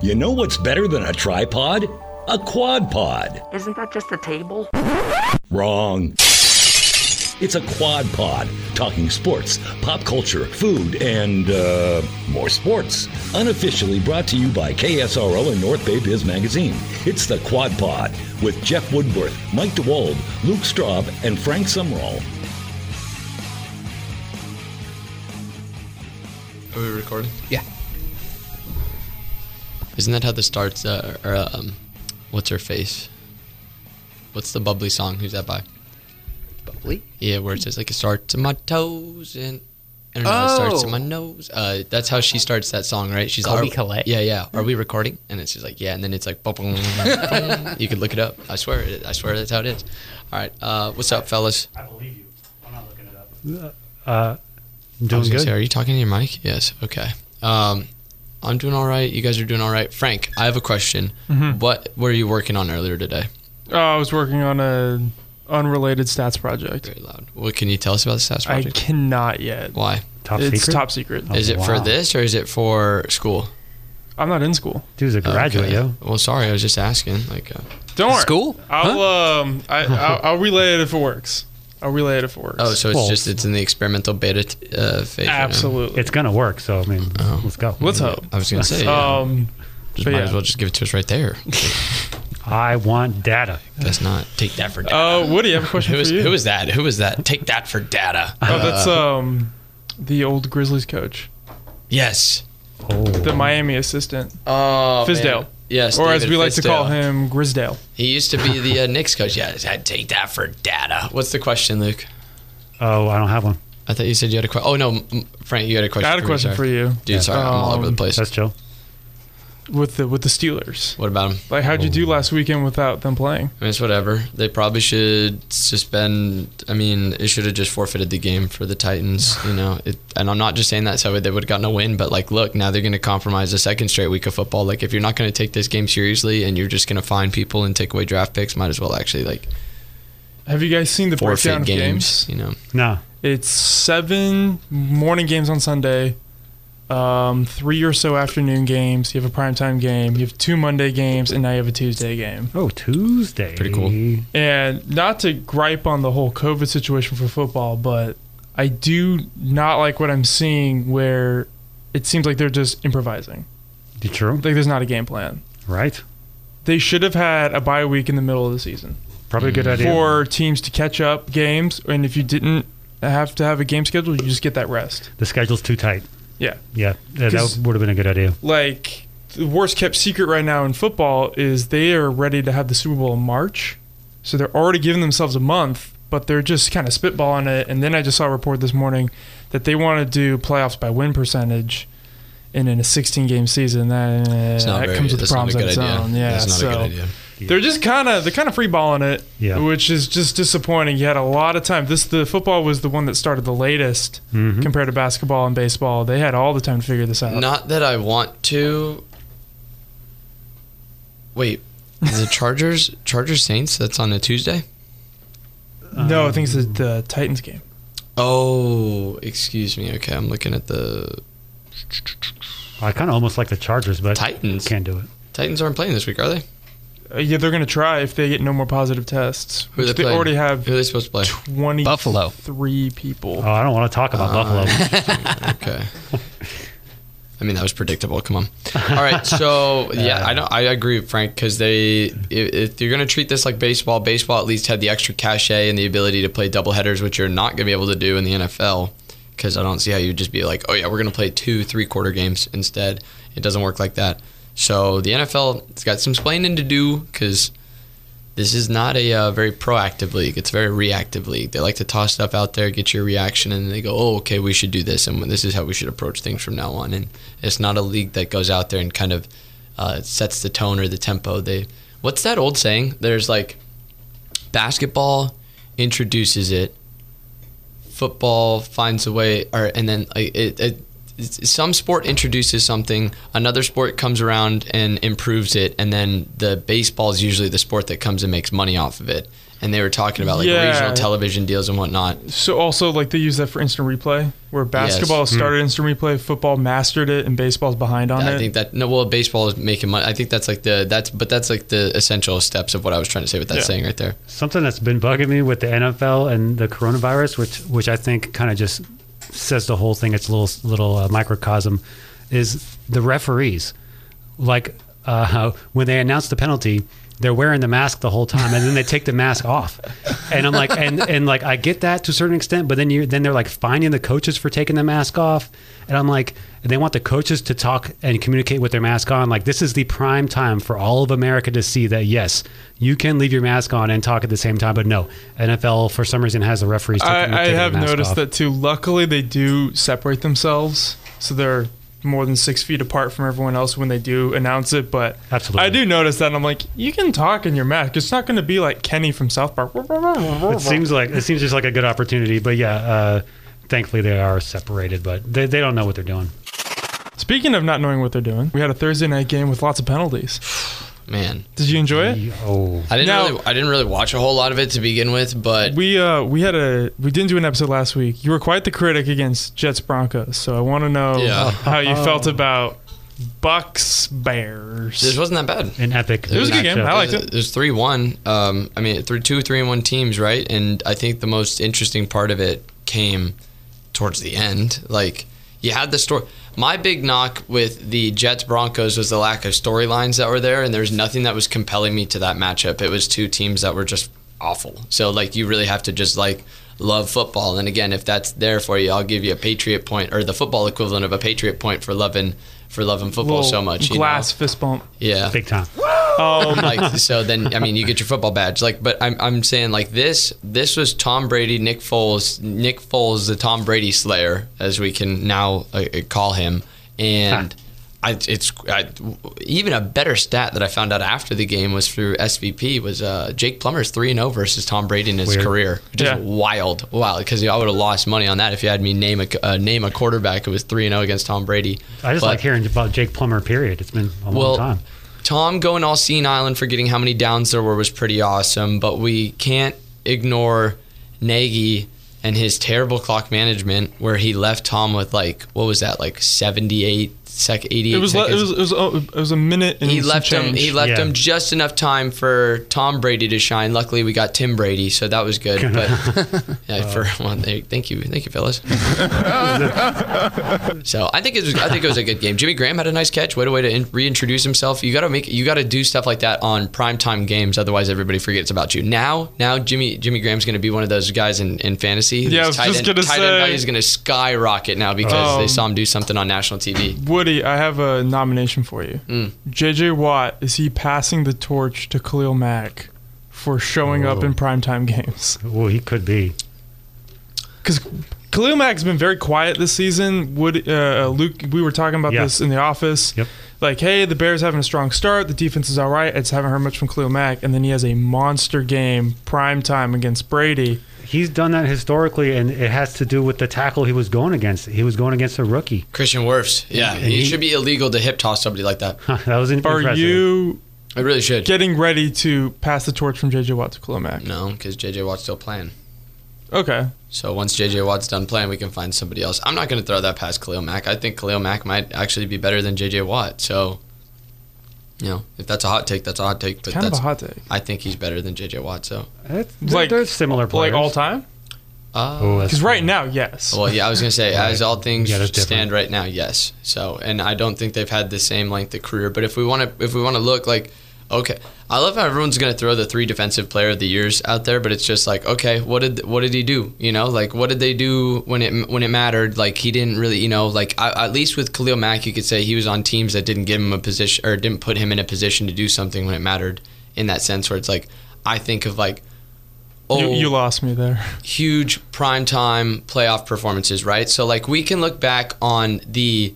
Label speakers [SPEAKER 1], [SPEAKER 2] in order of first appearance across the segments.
[SPEAKER 1] You know what's better than a tripod? A quad pod.
[SPEAKER 2] Isn't that just a table?
[SPEAKER 1] Wrong. It's a quad pod, talking sports, pop culture, food, and uh, more sports. Unofficially brought to you by KSRO and North Bay Biz Magazine. It's the Quad Pod with Jeff Woodworth, Mike DeWald, Luke Straub, and Frank Sumrall.
[SPEAKER 3] Are we recording?
[SPEAKER 4] Yeah. Isn't that how this starts? Uh, or um, what's her face? What's the bubbly song? Who's that by?
[SPEAKER 5] Bubbly?
[SPEAKER 4] Yeah, where it says like it starts in my toes and. I don't know, it starts
[SPEAKER 3] Oh.
[SPEAKER 4] in my nose. Uh, that's how she starts that song, right? She's
[SPEAKER 5] Colby
[SPEAKER 4] "Are-
[SPEAKER 5] Collette.
[SPEAKER 4] Yeah, yeah. Are we recording? And it's just like, yeah. And then it's like, boom, boom, boom. you could look it up. I swear, it, I swear that's how it is. All right. Uh, what's up, fellas?
[SPEAKER 6] I believe you. I'm not looking it up.
[SPEAKER 7] I'm
[SPEAKER 4] I
[SPEAKER 7] Uh, doing
[SPEAKER 4] was gonna
[SPEAKER 7] good.
[SPEAKER 4] say, are you talking to your mic? Yes. Okay. Um, I'm doing all right. You guys are doing all right. Frank, I have a question.
[SPEAKER 3] Mm-hmm.
[SPEAKER 4] What were you working on earlier today?
[SPEAKER 8] Oh, I was working on a unrelated stats project.
[SPEAKER 4] Very loud. What can you tell us about the stats
[SPEAKER 8] I
[SPEAKER 4] project?
[SPEAKER 8] cannot yet.
[SPEAKER 4] Why?
[SPEAKER 7] Top
[SPEAKER 8] it's
[SPEAKER 7] secret.
[SPEAKER 8] top secret.
[SPEAKER 7] Oh.
[SPEAKER 4] Is it for
[SPEAKER 7] wow.
[SPEAKER 4] this or is it for school?
[SPEAKER 8] I'm not in school.
[SPEAKER 7] Dude's a graduate,
[SPEAKER 4] Okay.
[SPEAKER 7] yo.
[SPEAKER 4] Well, sorry, I was just asking. Like, uh,
[SPEAKER 8] Don't worry.
[SPEAKER 5] School?
[SPEAKER 8] I'll um I I'll, I'll relay it if it works. I'll relay it if it works.
[SPEAKER 4] oh, so it's
[SPEAKER 7] Well-
[SPEAKER 4] just it's in the experimental beta t- uh, phase. right now.
[SPEAKER 8] absolutely.
[SPEAKER 7] It's gonna work. So I mean,
[SPEAKER 4] Oh.
[SPEAKER 7] let's go.
[SPEAKER 8] Let's hope.
[SPEAKER 4] I was gonna say, yeah,
[SPEAKER 8] Um,
[SPEAKER 4] just
[SPEAKER 8] but
[SPEAKER 4] might
[SPEAKER 8] yeah.
[SPEAKER 4] as well just give it to us right there.
[SPEAKER 7] I want data.
[SPEAKER 4] That's not take that for data.
[SPEAKER 8] uh, Woody, I have a question
[SPEAKER 4] who is
[SPEAKER 8] for you.
[SPEAKER 4] who is that? Who is that? Take that for data.
[SPEAKER 8] Oh, that's um the old Grizzlies coach,
[SPEAKER 4] Yes.
[SPEAKER 7] Oh,
[SPEAKER 8] the Miami assistant,
[SPEAKER 4] Oh,
[SPEAKER 8] Fizdale.
[SPEAKER 4] man. Yes,
[SPEAKER 8] or as
[SPEAKER 4] David
[SPEAKER 8] we like to call
[SPEAKER 4] Fizdale.
[SPEAKER 8] him, Grisdale.
[SPEAKER 4] He used to be the uh, Knicks coach. Yeah, I'd take that for data. What's the question, Luke?
[SPEAKER 7] oh, I don't have one.
[SPEAKER 4] I thought you said you had a question. Oh no, M- Frank, you had a question.
[SPEAKER 8] I had a
[SPEAKER 4] me,
[SPEAKER 8] question
[SPEAKER 4] sorry.
[SPEAKER 8] for you
[SPEAKER 4] dude. Sorry, I'm all over the
[SPEAKER 8] Um,
[SPEAKER 4] place.
[SPEAKER 7] That's chill.
[SPEAKER 8] with the with the Steelers.
[SPEAKER 4] What about him?
[SPEAKER 8] Like, how'd you
[SPEAKER 4] Oh.
[SPEAKER 8] do last weekend without them playing?
[SPEAKER 4] I mean, it's whatever. They probably should suspend. I mean, it should have just forfeited the game for the Titans. You know, it, and I'm not just saying that so they would have gotten a win, but like, look, now they're going to compromise the second straight week of football. Like, if you're not going to take this game seriously and you're just going to find people and take away draft picks, might as well actually like
[SPEAKER 8] Have you guys seen the
[SPEAKER 4] forfeit
[SPEAKER 8] breakdown of
[SPEAKER 4] games.
[SPEAKER 8] games?
[SPEAKER 4] You know,
[SPEAKER 7] No,
[SPEAKER 8] It's seven morning games on Sunday, um, three or so afternoon games. You have a primetime game. You have two Monday games, and now you have a Tuesday game.
[SPEAKER 7] oh Tuesday.
[SPEAKER 4] Pretty cool.
[SPEAKER 8] And not to gripe on the whole COVID situation for football, but I do not like what I'm seeing where it seems like they're just improvising.
[SPEAKER 7] You true?
[SPEAKER 8] Like there's not a game plan.
[SPEAKER 7] Right?
[SPEAKER 8] They should have had a bye week in the middle of the season
[SPEAKER 7] Probably a good idea.
[SPEAKER 8] Mm. for teams to catch up games. And if you didn't have to have a game schedule, you just get that rest.
[SPEAKER 7] the schedule's too tight.
[SPEAKER 8] Yeah.
[SPEAKER 7] Yeah, yeah, that
[SPEAKER 8] 'Cause-
[SPEAKER 7] would have been a good idea.
[SPEAKER 8] like the worst kept secret right now in football is they are ready to have the Super Bowl in March. So they're already giving themselves a month, but they're just kind of spitballing it. And then I just saw a report this morning that they want to do playoffs by win percentage. And in a 16 game season, that,
[SPEAKER 4] it's not
[SPEAKER 8] that
[SPEAKER 4] very,
[SPEAKER 8] comes with
[SPEAKER 4] that's
[SPEAKER 8] problems
[SPEAKER 4] not
[SPEAKER 8] on
[SPEAKER 4] a good
[SPEAKER 8] its
[SPEAKER 4] idea.
[SPEAKER 8] own. Yeah,
[SPEAKER 4] that's not
[SPEAKER 8] so
[SPEAKER 4] a good idea.
[SPEAKER 8] they're just kind of they're kind of free balling it,
[SPEAKER 7] Yeah.
[SPEAKER 8] which is just disappointing. You had a lot of time. This the football was the one that started the latest
[SPEAKER 7] Mm-hmm.
[SPEAKER 8] compared to basketball and baseball. They had all the time to figure this out.
[SPEAKER 4] Not that I want to. Wait, the Chargers, Chargers Saints. That's on a Tuesday.
[SPEAKER 8] No, I think it's the, the Titans game.
[SPEAKER 4] Oh, excuse me. Okay, I'm looking at the
[SPEAKER 7] I kind of almost like the Chargers, but
[SPEAKER 4] Titans.
[SPEAKER 7] can't do it.
[SPEAKER 4] Titans aren't playing this week, are they?
[SPEAKER 8] Uh, yeah, they're going to try if they get no more positive tests.
[SPEAKER 4] Who are they
[SPEAKER 8] which they
[SPEAKER 4] playing?
[SPEAKER 8] already
[SPEAKER 4] Who
[SPEAKER 8] have
[SPEAKER 4] are they supposed to play?
[SPEAKER 8] 23
[SPEAKER 5] Buffalo.
[SPEAKER 8] people.
[SPEAKER 7] Oh, I don't want to talk about Buffalo.
[SPEAKER 4] Okay. I mean that was predictable. Come on. All right. So yeah, I don't. I agree, with Frank, because they, if, if you're gonna treat this like baseball, baseball at least had the extra cachet and the ability to play double headers, which you're not gonna be able to do in the NFL. Because I don't see how you'd just be like, oh yeah, we're gonna play two three quarter games instead. It doesn't work like that. So the NFL, it's got some explaining to do because this is not a uh, very proactive league. It's a very reactive league. They like to toss stuff out there, get your reaction, and they go, "Oh, okay, we should do this, and this is how we should approach things from now on." And it's not a league that goes out there and kind of uh, sets the tone or the tempo. They, what's that old saying? There's like, basketball introduces it, football finds a way, or and then like, it, it it's- some sport introduces something, another sport comes around and improves it, and then the baseball is usually the sport that comes and makes money off of it. and they were talking about like
[SPEAKER 8] Yeah.
[SPEAKER 4] regional television deals and whatnot.
[SPEAKER 8] So also like they use that for instant replay, where basketball
[SPEAKER 4] Yes. Hmm.
[SPEAKER 8] started instant replay, football mastered it, and baseball's behind on
[SPEAKER 4] I
[SPEAKER 8] it.
[SPEAKER 4] think that no, well, baseball is making money. I think that's like the that's but that's like the essential steps of what I was trying to say with that
[SPEAKER 8] Yeah.
[SPEAKER 4] saying right there.
[SPEAKER 7] Something that's been bugging me with the NFL and the coronavirus, which which I think kind of just says the whole thing. It's a little little uh, microcosm is the referees. Like uh, when they announce the penalty, they're wearing the mask the whole time, and then they take the mask off. And I'm like, and and like I get that to a certain extent, but then you then they're like finding the coaches for taking the mask off, and I'm like, and they want the coaches to talk and communicate with their mask on. Like this is the prime time for all of America to see that yes, you can leave your mask on and talk at the same time. But no, NFL for some reason has the referees. taking-
[SPEAKER 8] I, I
[SPEAKER 7] taking the
[SPEAKER 8] have
[SPEAKER 7] mask
[SPEAKER 8] noticed
[SPEAKER 7] off.
[SPEAKER 8] that too. Luckily, they do separate themselves, so they're more than six feet apart from everyone else when they do announce it. But
[SPEAKER 7] Absolutely.
[SPEAKER 8] I do notice that. and I'm like, you can talk in your mask. It's not going to be like Kenny from South Park.
[SPEAKER 7] it seems like it seems just like a good opportunity. But yeah, uh, thankfully they are separated, but they, they don't know what they're doing.
[SPEAKER 8] Speaking of not knowing what they're doing, we had a Thursday night game with lots of penalties.
[SPEAKER 4] Man,
[SPEAKER 8] Did you enjoy it?
[SPEAKER 7] Oh,
[SPEAKER 4] I didn't
[SPEAKER 8] Now-
[SPEAKER 4] really I didn't really watch a whole lot of it to begin with, but
[SPEAKER 8] We uh we had a we didn't do an episode last week. You were quite the critic against Jets Broncos, so I want to know
[SPEAKER 4] Yeah.
[SPEAKER 8] how you felt about Bucks Bears.
[SPEAKER 4] this wasn't that bad.
[SPEAKER 7] an epic.
[SPEAKER 4] It was a
[SPEAKER 8] good game.
[SPEAKER 7] matchup.
[SPEAKER 8] I liked it.
[SPEAKER 4] There's three one. Um, I mean, through two three and one teams, right? And I think the most interesting part of it came towards the end. Like you had the story. My big knock with the Jets Broncos was the lack of storylines that were there, and there's nothing that was compelling me to that matchup. It was two teams that were just awful. So like you really have to just like love football. And again, if that's there for you, I'll give you a Patriot point or the football equivalent of a Patriot point for loving for loving football so much. you know? Oh
[SPEAKER 8] glass fist bump. Um,
[SPEAKER 4] yeah.
[SPEAKER 7] big time.
[SPEAKER 4] like so then i mean you get your football badge like but I'm, I'm saying like this this was tom brady nick foles nick foles the tom brady slayer as we can now uh, uh, call him and I, it's I, even a better stat that i found out after the game was through svp was uh, jake plummer's 3-0 versus tom brady in his
[SPEAKER 7] Weird.
[SPEAKER 4] career just
[SPEAKER 8] Yeah.
[SPEAKER 4] wild wow because i would have lost money on that if you had me name a uh, name a quarterback who was 3-0 against tom brady
[SPEAKER 7] I just
[SPEAKER 4] But-
[SPEAKER 7] like hearing about Jake Plummer. Period. It's been a long
[SPEAKER 4] well,
[SPEAKER 7] time.
[SPEAKER 4] Tom going all senile and forgetting how many downs there were was pretty awesome, but we can't ignore Nagy and his terrible clock management, where he left Tom with like what was that, like seventy-eight sec, eighty-eight
[SPEAKER 8] It was, le-
[SPEAKER 4] seconds.
[SPEAKER 8] it was it was oh, it was a minute and
[SPEAKER 4] he
[SPEAKER 8] some
[SPEAKER 4] left him.
[SPEAKER 8] change.
[SPEAKER 4] He left
[SPEAKER 7] Yeah.
[SPEAKER 4] him just enough time for Tom Brady to shine. Luckily, we got Tim Brady, so that was good. But yeah, for one, there- thank you, thank you, fellas. so I think it was. I think it was a good game. Jimmy Graham had a nice catch. What a way to in, reintroduce himself. You got to make. You got to do stuff like that on primetime games. Otherwise, everybody forgets about you. Now, now Jimmy Jimmy Graham's going to be one of those guys in, in fantasy.
[SPEAKER 8] Yeah, I was just gonna say-
[SPEAKER 4] he's going to skyrocket now because they
[SPEAKER 8] Um,
[SPEAKER 4] saw him do something on national TV.
[SPEAKER 8] Woody, I have a nomination for you.
[SPEAKER 4] Hmm.
[SPEAKER 8] JJ Watt is he passing the torch to Khalil Mack for showing up
[SPEAKER 7] Ooh.
[SPEAKER 8] in
[SPEAKER 4] Oh.
[SPEAKER 8] primetime games?
[SPEAKER 7] Well, he could be.
[SPEAKER 8] Because Khalil Mack's been very quiet this season. Would uh, Luke? We were talking about
[SPEAKER 7] Yeah.
[SPEAKER 8] this in the office.
[SPEAKER 7] Yep.
[SPEAKER 8] Like, hey, the Bears having a strong start. The defense is all right. I just haven't heard much from Khalil Mack, and then he has a monster game, prime time against Brady.
[SPEAKER 7] He's done that historically, and it has to do with the tackle he was going against. He was going against a rookie.
[SPEAKER 4] Christian Wirfs. Yeah,
[SPEAKER 7] And
[SPEAKER 4] he,
[SPEAKER 7] he-
[SPEAKER 4] should be illegal to hip toss somebody like that.
[SPEAKER 7] that was in-
[SPEAKER 8] Are
[SPEAKER 7] impressive.
[SPEAKER 8] you
[SPEAKER 4] I really should.
[SPEAKER 8] getting ready to pass the torch from JJ Watt to Khalil Mack?
[SPEAKER 4] no, because JJ Watt's still playing.
[SPEAKER 8] Okay.
[SPEAKER 4] So once JJ Watt's done playing, we can find somebody else. I'm not going to throw that past Khalil Mack. I think Khalil Mack might actually be better than JJ Watt. So, you know, if that's a hot take, that's a hot take. But
[SPEAKER 8] Kind of
[SPEAKER 4] that's,
[SPEAKER 8] a hot take.
[SPEAKER 4] I think he's better than JJ Watt. So,
[SPEAKER 7] That's, they're,
[SPEAKER 8] Like-
[SPEAKER 7] they're similar players.
[SPEAKER 8] Like all time?
[SPEAKER 4] uh,
[SPEAKER 7] Oh, that's
[SPEAKER 8] Because right
[SPEAKER 7] cool.
[SPEAKER 8] now, yes.
[SPEAKER 4] Well, yeah, I was gonna say, as all things
[SPEAKER 7] Yeah, that's different.
[SPEAKER 4] stand right now, yes. So, and I don't think they've had the same length of career. But if we want to, if we want to look like, okay, I love how everyone's gonna throw the three defensive player of the years out there, but it's just like, okay, what did what did he do? You know, like what did they do when it when it mattered? Like he didn't really, you know, like I, at least with Khalil Mack, you could say he was on teams that didn't give him a position or didn't put him in a position to do something when it mattered. In that sense, where it's like, I think of like. Oh,
[SPEAKER 8] you, you lost me there.
[SPEAKER 4] huge primetime playoff performances, right? So like we can look back on the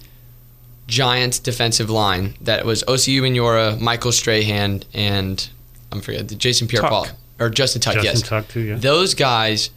[SPEAKER 4] Giants defensive line that was OCU Minora, Michael Strahan, and I'm forget Jason Pierre-Paul
[SPEAKER 8] Tuck.
[SPEAKER 4] or Justin Tuck.
[SPEAKER 7] Justin
[SPEAKER 4] yes,
[SPEAKER 7] Tuck too. Yeah.
[SPEAKER 4] those guys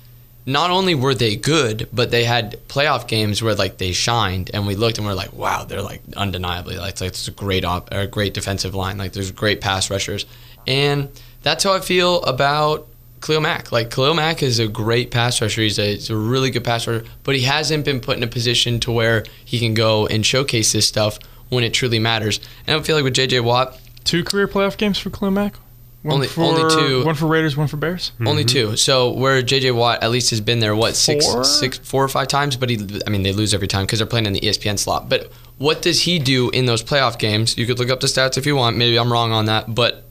[SPEAKER 4] not only were they good but they had playoff games where like they shined and we looked and we are like wow they're like undeniably like it's, like, it's a great op or a great defensive line like there's great pass rushers and that's how i feel about Khalil Mack. Like Khalil Mack is a great pass rusher. He's a, he's a really good pass rusher, but he hasn't been put in a position to where he can go and showcase this stuff when it truly matters. And I feel like with JJ Watt,
[SPEAKER 8] Two career playoff games for Klimak. One
[SPEAKER 4] Only-
[SPEAKER 8] for
[SPEAKER 4] only two.
[SPEAKER 8] One for Raiders, one for Bears.
[SPEAKER 4] only two. So where JJ Watt at least has been there what six,
[SPEAKER 8] Four?
[SPEAKER 4] six, four or five times, but he I mean they lose every time because they're playing in the E ESPN slot. But what does he do in those playoff games? You could look up the stats if you want. Maybe I'm wrong on that, but.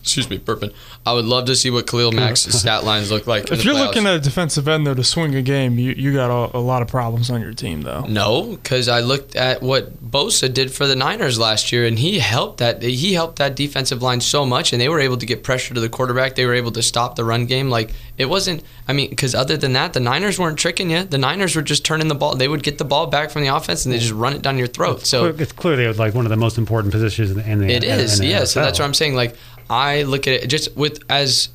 [SPEAKER 4] Excuse me, burping. I would love to see what Khalil Mack's stat lines look like. in
[SPEAKER 8] If
[SPEAKER 4] the
[SPEAKER 8] you're
[SPEAKER 4] playoffs.
[SPEAKER 8] looking at a defensive end though to swing a game, you you got a, a lot of problems on your team though.
[SPEAKER 4] No, because I looked at what Bosa did for the Niners last year, and he helped that he helped that defensive line so much, and they were able to get pressure to the quarterback. They were able to stop the run game. Like it wasn't. I mean, because other than that, the Niners weren't tricking you. The Niners were just turning the ball. They would get the ball back from the offense, and they just run it down your throat. So
[SPEAKER 7] it's clearly like one of the most important positions in the. In the
[SPEAKER 4] it is,
[SPEAKER 7] in the
[SPEAKER 4] yeah. So that's
[SPEAKER 7] NFL.
[SPEAKER 4] what I'm saying. Like I look at it just with as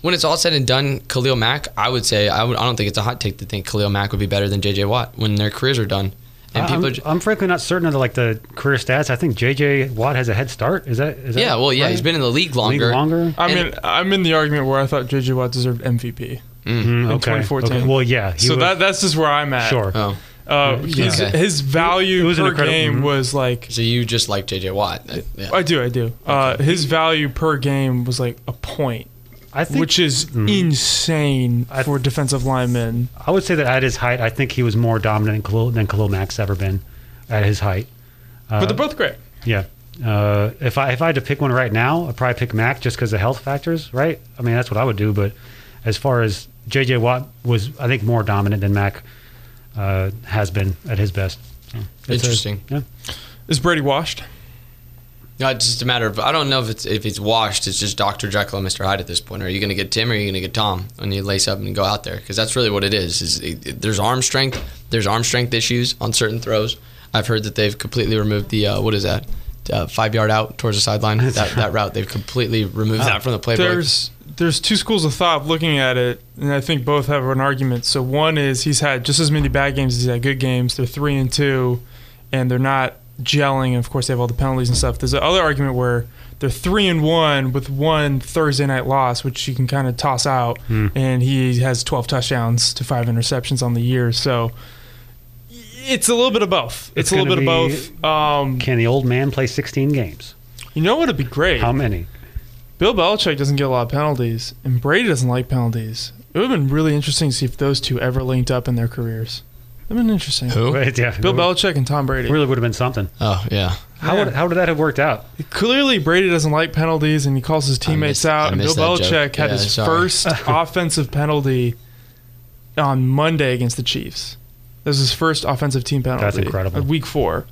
[SPEAKER 4] when it's all said and done, Khalil Mack. I would say I would. I don't think it's a hot take to think Khalil Mack would be better than J.J. Watt when their careers are done. And
[SPEAKER 7] I'm,
[SPEAKER 4] people are ju-
[SPEAKER 7] I'm frankly not certain of the, like the career stats. I think JJ Watt has a head start. Is that? Is that
[SPEAKER 4] Yeah, well, yeah,
[SPEAKER 7] right?
[SPEAKER 4] he's been in the league
[SPEAKER 7] League
[SPEAKER 4] longer.
[SPEAKER 7] longer?
[SPEAKER 8] I
[SPEAKER 4] And-
[SPEAKER 8] mean, I'm in the argument where I thought JJ Watt deserved MVP.
[SPEAKER 7] Mm, okay.
[SPEAKER 8] 2014.
[SPEAKER 7] okay. Well, yeah. he
[SPEAKER 8] so
[SPEAKER 7] was-
[SPEAKER 8] that that's just where I'm at.
[SPEAKER 7] sure.
[SPEAKER 4] Oh,
[SPEAKER 8] Uh, his,
[SPEAKER 4] Okay.
[SPEAKER 8] his value
[SPEAKER 7] It was an
[SPEAKER 8] per
[SPEAKER 7] incredible-
[SPEAKER 8] game
[SPEAKER 7] mhm.
[SPEAKER 8] was like
[SPEAKER 4] so you just like JJ Watt? Uh, yeah.
[SPEAKER 8] I do, I do. Uh, his value per game was like a point,
[SPEAKER 7] I think
[SPEAKER 8] which is insane
[SPEAKER 7] Mm-hmm. I- Uh,
[SPEAKER 8] for defensive linemen.
[SPEAKER 7] I would say that at his height, I think he was more dominant than Khalil, than Khalil Mack's ever been at his height.
[SPEAKER 8] but they're both great.
[SPEAKER 7] Yeah. Uh, if I if I had to pick one right now, I'd probably pick Mac just because of health factors, right? I mean, that's what I would do. But as far as JJ Watt was, I think more dominant than Mac uh, has been at his best. So it's a-
[SPEAKER 4] Interesting.
[SPEAKER 7] yeah.
[SPEAKER 8] Is Brady washed?
[SPEAKER 4] No, it's just a matter of I don't know if it's if it's washed. It's just Dr. Jekyll and Mr. Hyde at this point. Are you going to get Tim or are you going to get Tom when you lace up and go out there? Because that's really what it is. Is it, it- there's arm strength. There's arm strength issues on certain throws. I've heard that they've completely removed the uh, what is that uh, five yard out towards the sideline that, that route. They've completely removed that from the playbook.
[SPEAKER 8] There's there's two schools of thought of looking at it, and I think both have an argument. So one is he's had just as many bad games as he's had good games. They're three and two, and they're not gelling. And of course, they have all the penalties and stuff. There's the other argument where they're three and one with one Thursday night loss, which you can kind of toss out,
[SPEAKER 7] Hmm.
[SPEAKER 8] and he has 12 touchdowns to five interceptions on the year. So it's a little bit of both. It's,
[SPEAKER 7] It's
[SPEAKER 8] a little bit
[SPEAKER 7] gonna
[SPEAKER 8] of both. Um,
[SPEAKER 7] Can the old man play 16 games?
[SPEAKER 8] you know what would be great?
[SPEAKER 7] How many?
[SPEAKER 8] Bill Belichick doesn't get a lot of penalties, and Brady doesn't like penalties. It would have been really interesting to see if those two ever linked up in their careers. That'd been interesting.
[SPEAKER 4] who?
[SPEAKER 7] Right, yeah.
[SPEAKER 8] Bill
[SPEAKER 7] It
[SPEAKER 8] Belichick and Tom Brady.
[SPEAKER 7] Really would have been something.
[SPEAKER 4] Oh yeah.
[SPEAKER 7] How
[SPEAKER 8] Yeah.
[SPEAKER 7] would how would that have worked out?
[SPEAKER 8] Clearly, Brady doesn't like penalties, and he calls his teammates
[SPEAKER 4] missed- I
[SPEAKER 8] out. And Bill
[SPEAKER 4] missed that joke.
[SPEAKER 8] Belichick had
[SPEAKER 4] Yeah,
[SPEAKER 8] his
[SPEAKER 4] sorry.
[SPEAKER 8] first offensive penalty on Monday against the Chiefs. That was his first offensive team penalty.
[SPEAKER 7] incredible.
[SPEAKER 8] uh, Week four.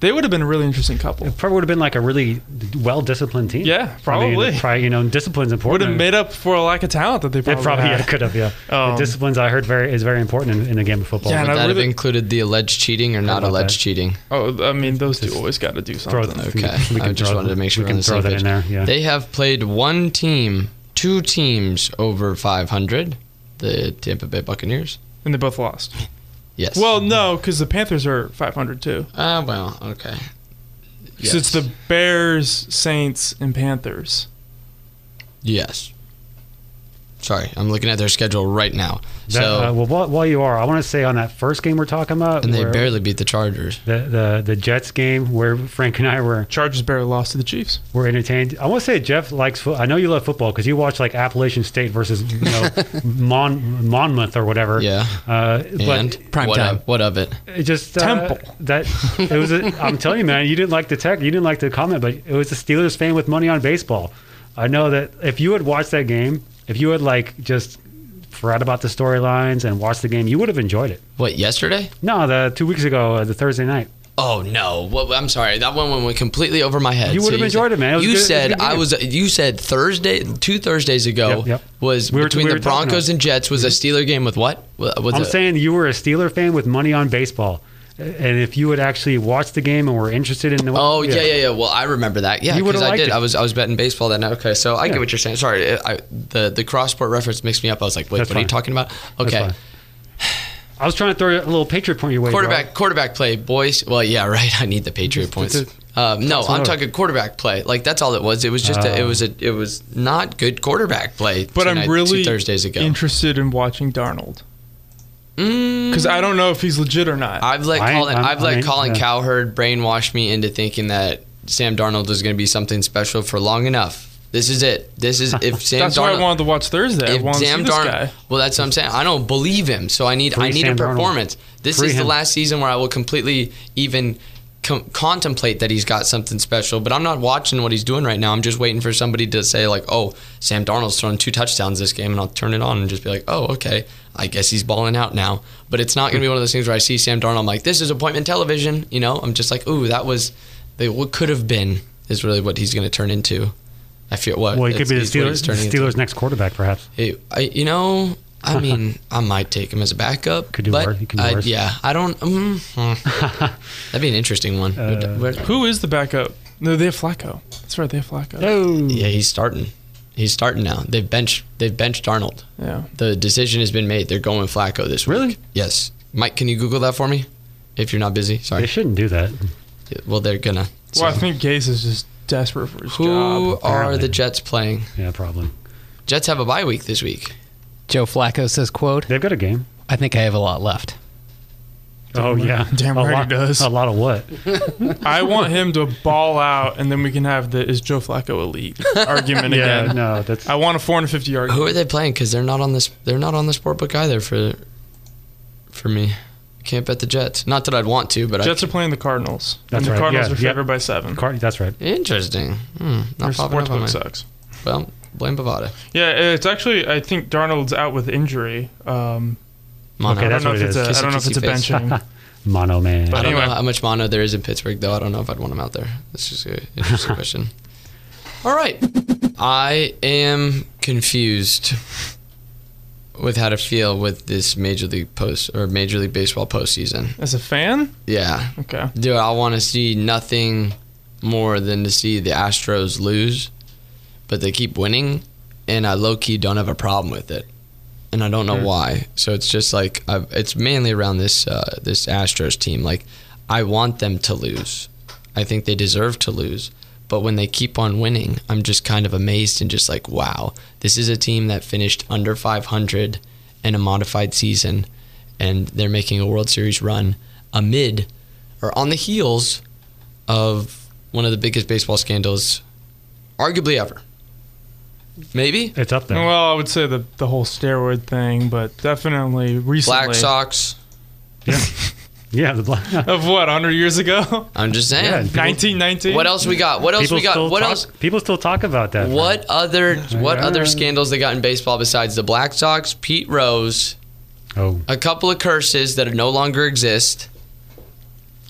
[SPEAKER 8] They would have been a really interesting couple.
[SPEAKER 7] It probably would have been like a really well disciplined team.
[SPEAKER 8] Yeah,
[SPEAKER 7] I mean,
[SPEAKER 8] probably.
[SPEAKER 7] probably, you know, discipline's
[SPEAKER 8] Would
[SPEAKER 7] important.
[SPEAKER 8] have made up for a lack of talent that they
[SPEAKER 7] It
[SPEAKER 8] probably,
[SPEAKER 7] probably
[SPEAKER 8] had.
[SPEAKER 7] yeah, could have, yeah.
[SPEAKER 8] Um,
[SPEAKER 7] the disciplines I heard very is very important in, in the game of football.
[SPEAKER 8] Yeah,
[SPEAKER 4] Would
[SPEAKER 8] And I
[SPEAKER 4] that have
[SPEAKER 8] really-
[SPEAKER 4] included the alleged cheating or not
[SPEAKER 7] love
[SPEAKER 4] alleged
[SPEAKER 7] that.
[SPEAKER 4] cheating?
[SPEAKER 8] Oh, I mean, those two always got to do something.
[SPEAKER 7] throw
[SPEAKER 4] Okay,
[SPEAKER 7] We can
[SPEAKER 4] I just
[SPEAKER 7] throw-
[SPEAKER 4] wanted to make sure
[SPEAKER 7] we
[SPEAKER 4] we're on
[SPEAKER 7] can
[SPEAKER 4] the
[SPEAKER 7] throw
[SPEAKER 4] same
[SPEAKER 7] that
[SPEAKER 4] page.
[SPEAKER 7] in there. Yeah,
[SPEAKER 4] They have played one team, two teams over 500. The Tampa Bay Buccaneers.
[SPEAKER 8] and they both lost.
[SPEAKER 4] Yes.
[SPEAKER 8] Well, no, because the Panthers are 500 too.
[SPEAKER 4] Ah, well, okay.
[SPEAKER 8] 'Cause it's the Bears, Saints, and Panthers.
[SPEAKER 4] yes. Sorry, I'm looking at their schedule right now.
[SPEAKER 7] That-
[SPEAKER 4] so
[SPEAKER 7] uh, well, while, while you are, I want to say on that first game we're talking about,
[SPEAKER 4] and they
[SPEAKER 7] where-
[SPEAKER 4] barely beat the Chargers.
[SPEAKER 7] the, the the Jets game where Frank and I were
[SPEAKER 8] Chargers barely lost to the Chiefs.
[SPEAKER 7] were entertained. I want to say Jeff likes. Fo- I know you love football because you watch like Appalachian State versus you know, Mon- Monmouth or whatever.
[SPEAKER 4] Yeah.
[SPEAKER 7] uh, but
[SPEAKER 4] and
[SPEAKER 2] Prime
[SPEAKER 4] what
[SPEAKER 2] time.
[SPEAKER 4] Of, what of it?
[SPEAKER 7] it just uh,
[SPEAKER 8] Temple.
[SPEAKER 7] that it was. A, I'm telling you, man, you didn't like the tech, you didn't like the comment, but it was a Steelers fan with money on baseball. I know that if you had watched that game, if you had like just forgot about the storylines and watched the game, you would have enjoyed it.
[SPEAKER 4] What yesterday?
[SPEAKER 7] No, the two weeks ago, uh, the Thursday night.
[SPEAKER 4] Oh no! What, I'm sorry. That one went completely over my head.
[SPEAKER 7] You would've
[SPEAKER 4] said-
[SPEAKER 7] enjoyed it, man. It was
[SPEAKER 4] you
[SPEAKER 7] good- it was a
[SPEAKER 4] said
[SPEAKER 7] good
[SPEAKER 4] I
[SPEAKER 7] game.
[SPEAKER 4] was. You said Thursday, two Thursdays ago
[SPEAKER 7] Yep, yep.
[SPEAKER 4] was
[SPEAKER 7] We were-
[SPEAKER 4] between
[SPEAKER 7] we were
[SPEAKER 4] the
[SPEAKER 7] talking
[SPEAKER 4] Broncos
[SPEAKER 7] about- Mm-hmm.
[SPEAKER 4] and Jets was a Steeler game with what? Was
[SPEAKER 7] I'm
[SPEAKER 4] it-
[SPEAKER 7] saying you were a Steeler fan with money on baseball, and if you had actually watched the game and were interested in the
[SPEAKER 4] Oh yeah, yeah, yeah. Well, I remember that. Yeah,
[SPEAKER 7] You would've
[SPEAKER 4] because I
[SPEAKER 7] liked
[SPEAKER 4] did.
[SPEAKER 7] it.
[SPEAKER 4] I was I was betting baseball that night. Okay, so I
[SPEAKER 7] Yeah.
[SPEAKER 4] get what you're saying. Sorry, I, I- the the crossport reference mixed me up. I was like, wait,
[SPEAKER 7] That's
[SPEAKER 4] what are you
[SPEAKER 7] fine.
[SPEAKER 4] talking about?
[SPEAKER 7] That's
[SPEAKER 4] Okay,
[SPEAKER 7] fine. I was trying to throw a little Patriot point your way. bro.
[SPEAKER 4] quarterback quarterback play, boys. Well, yeah, right. I need the Patriot points.
[SPEAKER 8] It's a-
[SPEAKER 4] Um, no, I'm
[SPEAKER 8] another-
[SPEAKER 4] talking quarterback play. Like that's all it was. It was just a, it
[SPEAKER 7] Oh.
[SPEAKER 4] was a it was not good quarterback play.
[SPEAKER 8] But
[SPEAKER 4] tonight-
[SPEAKER 8] I'm
[SPEAKER 4] two
[SPEAKER 8] really
[SPEAKER 4] Thursdays ago.
[SPEAKER 8] interested in watching Darnold
[SPEAKER 4] Mm,
[SPEAKER 8] because I don't know if he's legit or not.
[SPEAKER 4] I've let
[SPEAKER 7] I ain't-
[SPEAKER 4] Colin,
[SPEAKER 7] I'm-
[SPEAKER 4] i have let
[SPEAKER 7] I ain't-
[SPEAKER 4] Colin
[SPEAKER 7] yeah.
[SPEAKER 4] Cowherd brainwash me into thinking that Sam Darnold is going to be something special for long enough. This is it. This is if Sam
[SPEAKER 8] That's why
[SPEAKER 4] Darnold.
[SPEAKER 8] I wanted to watch Thursday. I
[SPEAKER 4] if
[SPEAKER 8] wanted to see
[SPEAKER 4] Sam
[SPEAKER 8] this
[SPEAKER 4] Darnold,
[SPEAKER 8] guy.
[SPEAKER 4] well, that's what I'm saying. I don't believe him, so I need I
[SPEAKER 7] Free
[SPEAKER 4] need
[SPEAKER 7] Sam
[SPEAKER 4] a
[SPEAKER 7] Darnold.
[SPEAKER 4] performance. This
[SPEAKER 7] Free
[SPEAKER 4] is the
[SPEAKER 7] him.
[SPEAKER 4] last season where I will completely even com- contemplate that he's got something special. But I'm not watching what he's doing right now. I'm just waiting for somebody to say like, "Oh, Sam Darnold's thrown two touchdowns this game," and I'll turn it on and just be like, "Oh, okay, I guess he's balling out now." But it's not going to be one of those things where I see Sam Darnold. I'm like, "This is appointment television," you know. I'm just like, "Ooh, that was they, what could have been." Is really what he's going to turn into. I feel what.
[SPEAKER 7] Well, he could
[SPEAKER 4] it's-
[SPEAKER 7] be
[SPEAKER 4] he's what
[SPEAKER 7] the Steelers,
[SPEAKER 4] he's
[SPEAKER 7] the
[SPEAKER 4] turning into.
[SPEAKER 7] Steelers' next quarterback, perhaps.
[SPEAKER 4] Hey, I, you know, I mean, I might take him as a backup.
[SPEAKER 7] Could do
[SPEAKER 4] but
[SPEAKER 7] worse. He can do
[SPEAKER 4] I-
[SPEAKER 7] worse.
[SPEAKER 4] Yeah, I don't. mm, mm. that'd be an interesting one.
[SPEAKER 7] Uh,
[SPEAKER 4] Where-
[SPEAKER 8] Who is the backup? No, they have Flacco. That's right, they have Flacco.
[SPEAKER 7] Oh,
[SPEAKER 4] yeah, he's starting. He's starting now. They've benched. They've benched Darnold.
[SPEAKER 8] Yeah.
[SPEAKER 4] The decision has been made. They're going Flacco this week.
[SPEAKER 7] Really?
[SPEAKER 4] Yes. Mike, can you Google that for me? If you're not busy,
[SPEAKER 7] they
[SPEAKER 4] sorry.
[SPEAKER 7] shouldn't do that.
[SPEAKER 4] Well, they're gonna. so-
[SPEAKER 8] Well, I think Gase is just desperate for his
[SPEAKER 4] Who
[SPEAKER 8] job.
[SPEAKER 4] are
[SPEAKER 7] apparently.
[SPEAKER 4] the Jets playing?
[SPEAKER 7] Yeah, probably.
[SPEAKER 4] Jets have a bye week this week.
[SPEAKER 2] Joe Flacco says, "Quote:
[SPEAKER 7] They've got a game.
[SPEAKER 2] I think I have a lot left."
[SPEAKER 7] oh yeah,
[SPEAKER 8] damn
[SPEAKER 7] a
[SPEAKER 8] right he
[SPEAKER 7] lot,
[SPEAKER 8] does.
[SPEAKER 7] A lot of what?
[SPEAKER 8] I want him to ball out, and then we can have the is Joe Flacco elite argument
[SPEAKER 7] Yeah,
[SPEAKER 8] again.
[SPEAKER 7] no, that's
[SPEAKER 8] I want a 450 yard.
[SPEAKER 4] Who are they playing? Because they're not on this. They're not on the sport book either for, for me. Can't bet the Jets. Not that I'd want to, but
[SPEAKER 8] Jets are playing the Cardinals.
[SPEAKER 7] That's
[SPEAKER 8] and the
[SPEAKER 7] right,
[SPEAKER 8] Cardinals
[SPEAKER 7] yeah,
[SPEAKER 8] are
[SPEAKER 7] yeah.
[SPEAKER 8] favored by seven.
[SPEAKER 7] Car- that's right.
[SPEAKER 4] I, interesting. Hmm,
[SPEAKER 8] Their
[SPEAKER 4] not popping up on
[SPEAKER 8] sportsbook
[SPEAKER 4] my,
[SPEAKER 8] sucks.
[SPEAKER 4] Well, blame Bavada.
[SPEAKER 8] Yeah, it's actually I think Darnold's out with injury. Um,
[SPEAKER 4] Mono.
[SPEAKER 7] Okay,
[SPEAKER 8] I
[SPEAKER 7] that's
[SPEAKER 8] don't know
[SPEAKER 7] what
[SPEAKER 8] if
[SPEAKER 7] it
[SPEAKER 8] it's a
[SPEAKER 7] is.
[SPEAKER 8] I don't know if
[SPEAKER 4] Kissy,
[SPEAKER 8] it's a
[SPEAKER 4] kissy
[SPEAKER 8] benching.
[SPEAKER 7] Mono man.
[SPEAKER 4] I don't
[SPEAKER 8] anyway.
[SPEAKER 4] know how much mono there is in Pittsburgh, though. I don't know if I'd want him out there. That's just an interesting question. All right, I am confused with how to feel with this Major League post or Major League Baseball postseason.
[SPEAKER 8] As a fan,
[SPEAKER 4] Yeah,
[SPEAKER 8] okay.
[SPEAKER 4] Dude, I want to see nothing more than to see the Astros lose, but they keep winning, and I low key don't have a problem with it, and I don't know why. So it's just like I've, it's mainly around this uh, this Astros team. Like I want them to lose. I think they deserve to lose, but when they keep on winning, I'm just kind of amazed and just like, wow, this is a team that finished under 500 in a modified season, and they're making a World Series run amid or on the heels of one of the biggest baseball scandals, arguably ever. Maybe
[SPEAKER 7] It's up there.
[SPEAKER 8] Well, I would say the the whole steroid thing, but definitely recently
[SPEAKER 4] Black Sox.
[SPEAKER 7] yeah, the black.
[SPEAKER 8] of what 100 years ago,
[SPEAKER 4] I'm just
[SPEAKER 7] Yeah,
[SPEAKER 4] saying.
[SPEAKER 7] people-
[SPEAKER 8] 1919.
[SPEAKER 4] What else we got? What else
[SPEAKER 7] people
[SPEAKER 4] we got?
[SPEAKER 7] still
[SPEAKER 4] What
[SPEAKER 7] talk,
[SPEAKER 4] else?
[SPEAKER 7] People still talk about that.
[SPEAKER 4] What other what
[SPEAKER 7] Yeah.
[SPEAKER 4] other scandals they got in baseball besides the Black Sox, Pete Rose,
[SPEAKER 7] Oh,
[SPEAKER 4] a couple of curses that no longer exist,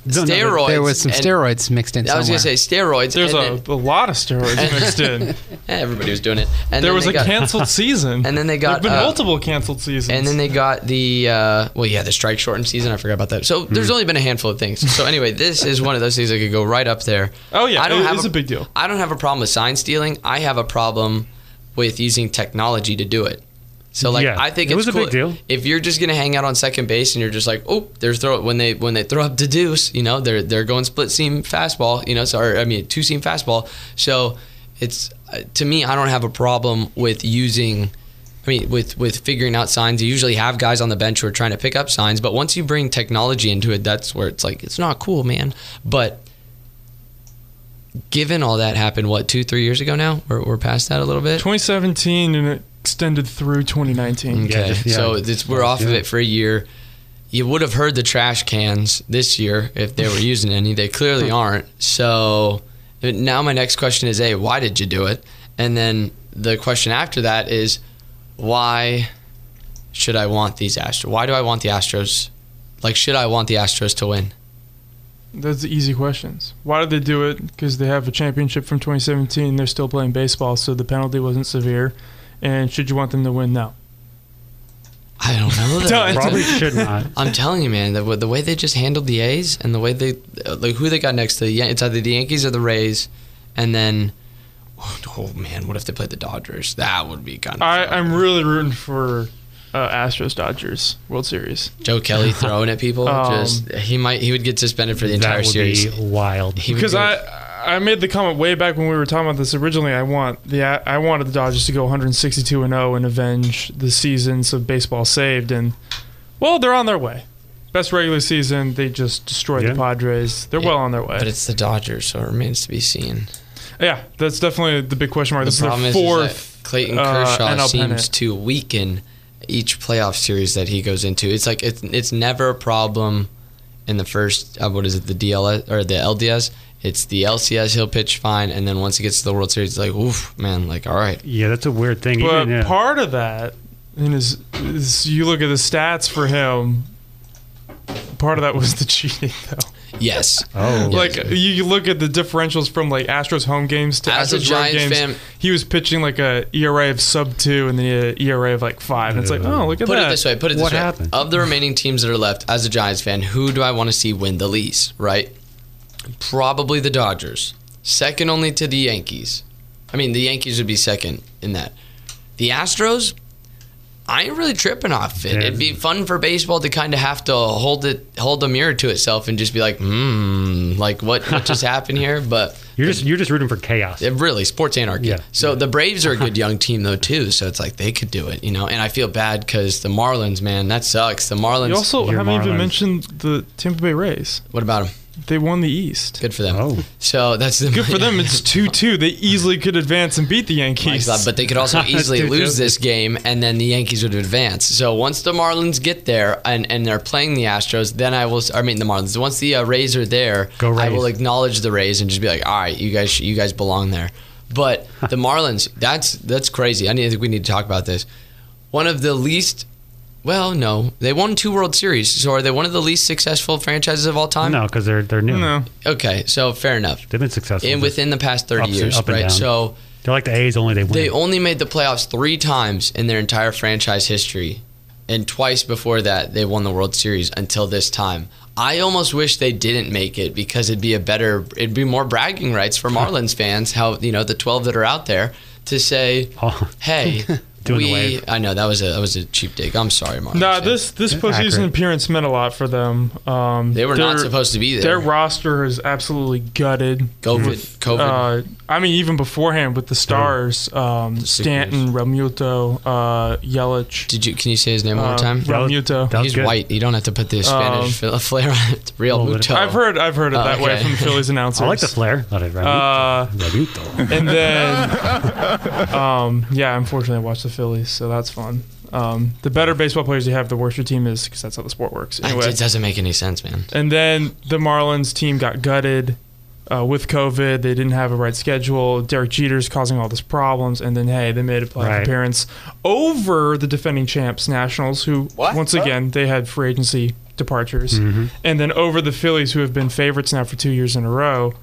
[SPEAKER 7] No, no, there-
[SPEAKER 4] steroids.
[SPEAKER 2] There was some
[SPEAKER 4] Oh, and-
[SPEAKER 2] steroids mixed in.
[SPEAKER 4] I was
[SPEAKER 2] somewhere.
[SPEAKER 4] gonna say steroids.
[SPEAKER 8] There's
[SPEAKER 4] and
[SPEAKER 8] a, a lot of steroids mixed in.
[SPEAKER 4] then- everybody was doing it. And
[SPEAKER 8] There
[SPEAKER 4] then
[SPEAKER 8] was
[SPEAKER 4] they
[SPEAKER 8] a
[SPEAKER 4] got-
[SPEAKER 8] canceled season.
[SPEAKER 4] And then they got,
[SPEAKER 8] There've been
[SPEAKER 4] uh,
[SPEAKER 8] multiple canceled seasons.
[SPEAKER 4] And then they got the uh, well, yeah, the strike shortened season. I forgot about that.
[SPEAKER 8] Hmm.
[SPEAKER 4] So there's only been a handful of things. So anyway, this is one of those things that could go right up there.
[SPEAKER 8] oh yeah,
[SPEAKER 4] I don't
[SPEAKER 8] it
[SPEAKER 4] have
[SPEAKER 8] is a, big deal.
[SPEAKER 4] I don't have a problem with sign stealing. I have a problem with using technology to do it. So like
[SPEAKER 7] Yeah,
[SPEAKER 4] I think
[SPEAKER 7] it
[SPEAKER 4] it's
[SPEAKER 7] was a
[SPEAKER 4] cool.
[SPEAKER 7] big deal.
[SPEAKER 4] If you're just gonna hang out on second base and you're just like, oh, they're throw when they when they throw up to deuce, you know, they're they're going split seam fastball, you know, sorry, I mean two seam fastball. So it's uh, to me, I don't have a problem with using. I mean, with with figuring out signs, you usually have guys on the bench who are trying to pick up signs. But once you bring technology into it, that's where it's like it's not cool, man. But given all that happened, what two, three years ago now? We're, we're past that a little bit.
[SPEAKER 8] 2017 and it extended through 2019.
[SPEAKER 4] Okay,
[SPEAKER 7] Yeah, just- yeah.
[SPEAKER 4] so it's, we're off of
[SPEAKER 7] Yeah.
[SPEAKER 4] it for a year. You would have heard the trash cans this year if they were using any. They clearly
[SPEAKER 7] Hmm.
[SPEAKER 4] aren't. So now my next question is, hey, why did you do it? And then the question after that is, why should I want these Astros? Why do I want the Astros? Like, should I want the Astros to win?
[SPEAKER 8] That's the easy questions. Why did they do it? Because they have a championship from 2017. They're still playing baseball, so the penalty wasn't severe. And should you want them to win? No.
[SPEAKER 4] I don't know. though.
[SPEAKER 8] Done.
[SPEAKER 7] probably should not.
[SPEAKER 4] I'm telling you, man, the, the way they just handled the A's and the way they, uh, like, who they got next to, the Yan- it's either the Yankees or the Rays, and then, oh, oh, man, what if they played the Dodgers? That would be kind of.
[SPEAKER 8] I, I'm really rooting for uh, Astros Dodgers World Series.
[SPEAKER 4] Joe Kelly throwing at people.
[SPEAKER 8] Um,
[SPEAKER 4] just he might he would get suspended for the entire
[SPEAKER 7] that would
[SPEAKER 4] series.
[SPEAKER 7] be wild.
[SPEAKER 4] He would
[SPEAKER 8] Because
[SPEAKER 4] go-
[SPEAKER 8] I I made the comment way back when we were talking about this originally. I want the I wanted the Dodgers to go 162 and 0 and avenge the seasons of baseball saved, and well, they're on their way. Best regular season, they just destroyed
[SPEAKER 7] Yeah.
[SPEAKER 8] the Padres. They're
[SPEAKER 4] Yeah,
[SPEAKER 8] well on their way.
[SPEAKER 4] but it's the Dodgers, so it remains to be seen.
[SPEAKER 8] yeah, that's definitely the big question mark.
[SPEAKER 4] The
[SPEAKER 8] this is
[SPEAKER 4] problem
[SPEAKER 8] their
[SPEAKER 4] is,
[SPEAKER 8] fourth.
[SPEAKER 4] is that Clayton
[SPEAKER 8] uh,
[SPEAKER 4] Kershaw
[SPEAKER 8] NL
[SPEAKER 4] seems
[SPEAKER 8] pennant.
[SPEAKER 4] to weaken each playoff series that he goes into. It's like it's it's never a problem in the first uh, what is it the DLS or the LDS. It's the LCS. He'll pitch fine, and then once he gets to the World Series, it's like oof, man, like all right.
[SPEAKER 7] Yeah, that's a weird thing.
[SPEAKER 8] But
[SPEAKER 7] Even, yeah.
[SPEAKER 8] part of that, and is, is you look at the stats for him. Part of that was the cheating, though.
[SPEAKER 4] Yes.
[SPEAKER 7] Oh.
[SPEAKER 4] Yeah.
[SPEAKER 8] Like you you look at the differentials from like Astros home games to
[SPEAKER 4] As a
[SPEAKER 8] Astros
[SPEAKER 4] Giants
[SPEAKER 8] road games.
[SPEAKER 4] fan-
[SPEAKER 8] he was pitching like a ERA of sub two and then an ERA of like five. And it's like, oh, look at
[SPEAKER 4] Put
[SPEAKER 8] that.
[SPEAKER 4] it this way. Put it this
[SPEAKER 7] What
[SPEAKER 4] way.
[SPEAKER 7] happened?
[SPEAKER 4] Of the remaining teams that are left, as a Giants fan, who do I want to see win the least? Right? Probably the Dodgers. Second only to the Yankees. I mean, the Yankees would be second in that. The Astros, I ain't really tripping off it. It'd be fun for baseball to kind of have to hold it, hold a mirror to itself, and just be like, hmm, like what, what just happened here? But
[SPEAKER 7] you're just you're just rooting for chaos.
[SPEAKER 4] it really, sports anarchy.
[SPEAKER 7] Yeah.
[SPEAKER 4] So the Braves are a good young team though too. So it's like they could do it, you know. And I feel bad because the Marlins, man, that sucks. The Marlins.
[SPEAKER 8] You also
[SPEAKER 7] Your
[SPEAKER 8] haven't even
[SPEAKER 7] Marlins.
[SPEAKER 8] mentioned the Tampa Bay Rays.
[SPEAKER 4] what about them?
[SPEAKER 8] They won the East.
[SPEAKER 4] Good for them.
[SPEAKER 7] Oh.
[SPEAKER 4] So that's the,
[SPEAKER 8] Good for them. It's two two. They easily could advance and beat the Yankees.
[SPEAKER 4] but they could also easily
[SPEAKER 7] Dude,
[SPEAKER 4] lose
[SPEAKER 7] that-
[SPEAKER 4] this game, and then the Yankees would advance. So once the Marlins get there and, and they're playing the Astros, then I will. I mean the Marlins. Once the uh, Rays are there,
[SPEAKER 7] Go
[SPEAKER 4] I
[SPEAKER 7] Rays.
[SPEAKER 4] will acknowledge the Rays and just be like, all right, you guys, you guys belong there. But the Marlins, that's that's crazy. I need, I think we need to talk about this. One of the least. Well, no, they won two World Series. So are they one of the least successful franchises of all time?
[SPEAKER 7] no, because they're they're new.
[SPEAKER 8] no.
[SPEAKER 4] Okay, so fair enough.
[SPEAKER 7] They've been successful.
[SPEAKER 4] And within the past thirty
[SPEAKER 7] Ups and-
[SPEAKER 4] years,
[SPEAKER 7] up and
[SPEAKER 4] right?
[SPEAKER 7] down.
[SPEAKER 4] So.
[SPEAKER 7] they're like the A's, only they win.
[SPEAKER 4] They only made the playoffs three times in their entire franchise history, and twice before that they won the World Series until this time. I almost wish they didn't make it because it'd be a better, it'd be more bragging rights for Marlins fans. How you know the twelve that are out there to say,
[SPEAKER 7] Oh.
[SPEAKER 4] "Hey,
[SPEAKER 7] Doing the
[SPEAKER 4] we."
[SPEAKER 7] wave.
[SPEAKER 4] I know that was a that was a cheap dig. I'm sorry, Marlins.
[SPEAKER 8] Nah,
[SPEAKER 4] fans.
[SPEAKER 8] this this postseason
[SPEAKER 7] accurate.
[SPEAKER 8] appearance meant a lot for them. Um,
[SPEAKER 4] they were not
[SPEAKER 8] their-
[SPEAKER 4] supposed to be there.
[SPEAKER 8] Their roster is absolutely gutted.
[SPEAKER 4] COVID,
[SPEAKER 7] Mm.
[SPEAKER 4] COVID.
[SPEAKER 8] Uh, I mean, even beforehand with the stars, um,
[SPEAKER 4] sickness.
[SPEAKER 8] Stanton, Realmuto, uh, Yelich.
[SPEAKER 4] Did you? Can you say his name one more
[SPEAKER 8] uh,
[SPEAKER 4] time?
[SPEAKER 7] was-
[SPEAKER 8] Realmuto.
[SPEAKER 7] that was
[SPEAKER 4] He's
[SPEAKER 7] good.
[SPEAKER 4] white. You don't have to put the Spanish flair on it. Real
[SPEAKER 7] Well,
[SPEAKER 4] Muto.
[SPEAKER 8] I've heard I've heard it
[SPEAKER 4] Oh,
[SPEAKER 8] that way
[SPEAKER 4] okay.
[SPEAKER 8] from Phillies announcers.
[SPEAKER 7] I like the flair. Not a
[SPEAKER 8] Uh,
[SPEAKER 7] Rabuto.
[SPEAKER 8] and then, um, yeah, unfortunately, I watched the Phillies, so that's fun. Um, the better baseball players you have, the worse your team is, because that's how the sport works.
[SPEAKER 4] That-
[SPEAKER 8] Anyway,
[SPEAKER 4] It doesn't make any sense, man.
[SPEAKER 8] and then the Marlins team got gutted uh, with COVID. They didn't have a right schedule. Derek Jeter's causing all these problems, and then hey, they made a playoff
[SPEAKER 7] Right.
[SPEAKER 8] appearance over the defending champs Nationals, who once again they had free agency departures, and then over the Phillies, who have been favorites now for two years in a row.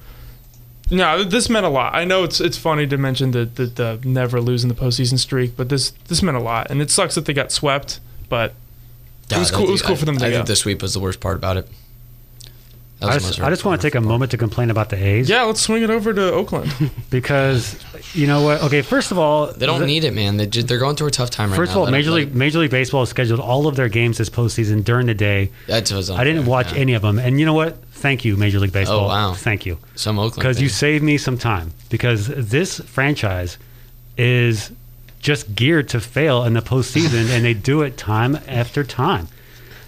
[SPEAKER 8] No, this meant a lot. I know it's it's funny to mention the, the the never losing the postseason streak, but this this meant a lot, and it sucks that they got swept. But It was
[SPEAKER 4] Yeah,
[SPEAKER 8] cool- it
[SPEAKER 4] I
[SPEAKER 8] was
[SPEAKER 4] think-
[SPEAKER 8] cool for them to
[SPEAKER 4] I, I
[SPEAKER 8] go.
[SPEAKER 4] think the sweep was the worst part about it. That was
[SPEAKER 7] I
[SPEAKER 4] the most
[SPEAKER 7] just, I just
[SPEAKER 4] hurtful.
[SPEAKER 7] want to take a moment to complain about the A's
[SPEAKER 8] yeah, let's swing it over to Oakland.
[SPEAKER 7] because you know what? Okay, first of all,
[SPEAKER 4] They don't
[SPEAKER 7] the-
[SPEAKER 4] need it, man. They ju- they're going through a tough time right
[SPEAKER 7] First
[SPEAKER 4] now.
[SPEAKER 7] of all,
[SPEAKER 4] Let them
[SPEAKER 7] Major
[SPEAKER 4] play.
[SPEAKER 7] League Major League Baseball has scheduled all of their games this postseason during the day.
[SPEAKER 4] That was
[SPEAKER 7] I didn't
[SPEAKER 4] unfair,
[SPEAKER 7] watch
[SPEAKER 4] yeah. Oh,
[SPEAKER 7] any of them, and you know what? Thank you, Major League Baseball.
[SPEAKER 4] wow.
[SPEAKER 7] Thank you.
[SPEAKER 4] Some Oakland
[SPEAKER 7] because you
[SPEAKER 4] fan.
[SPEAKER 7] saved me some time because this franchise is just geared to fail in the postseason and they do it time after time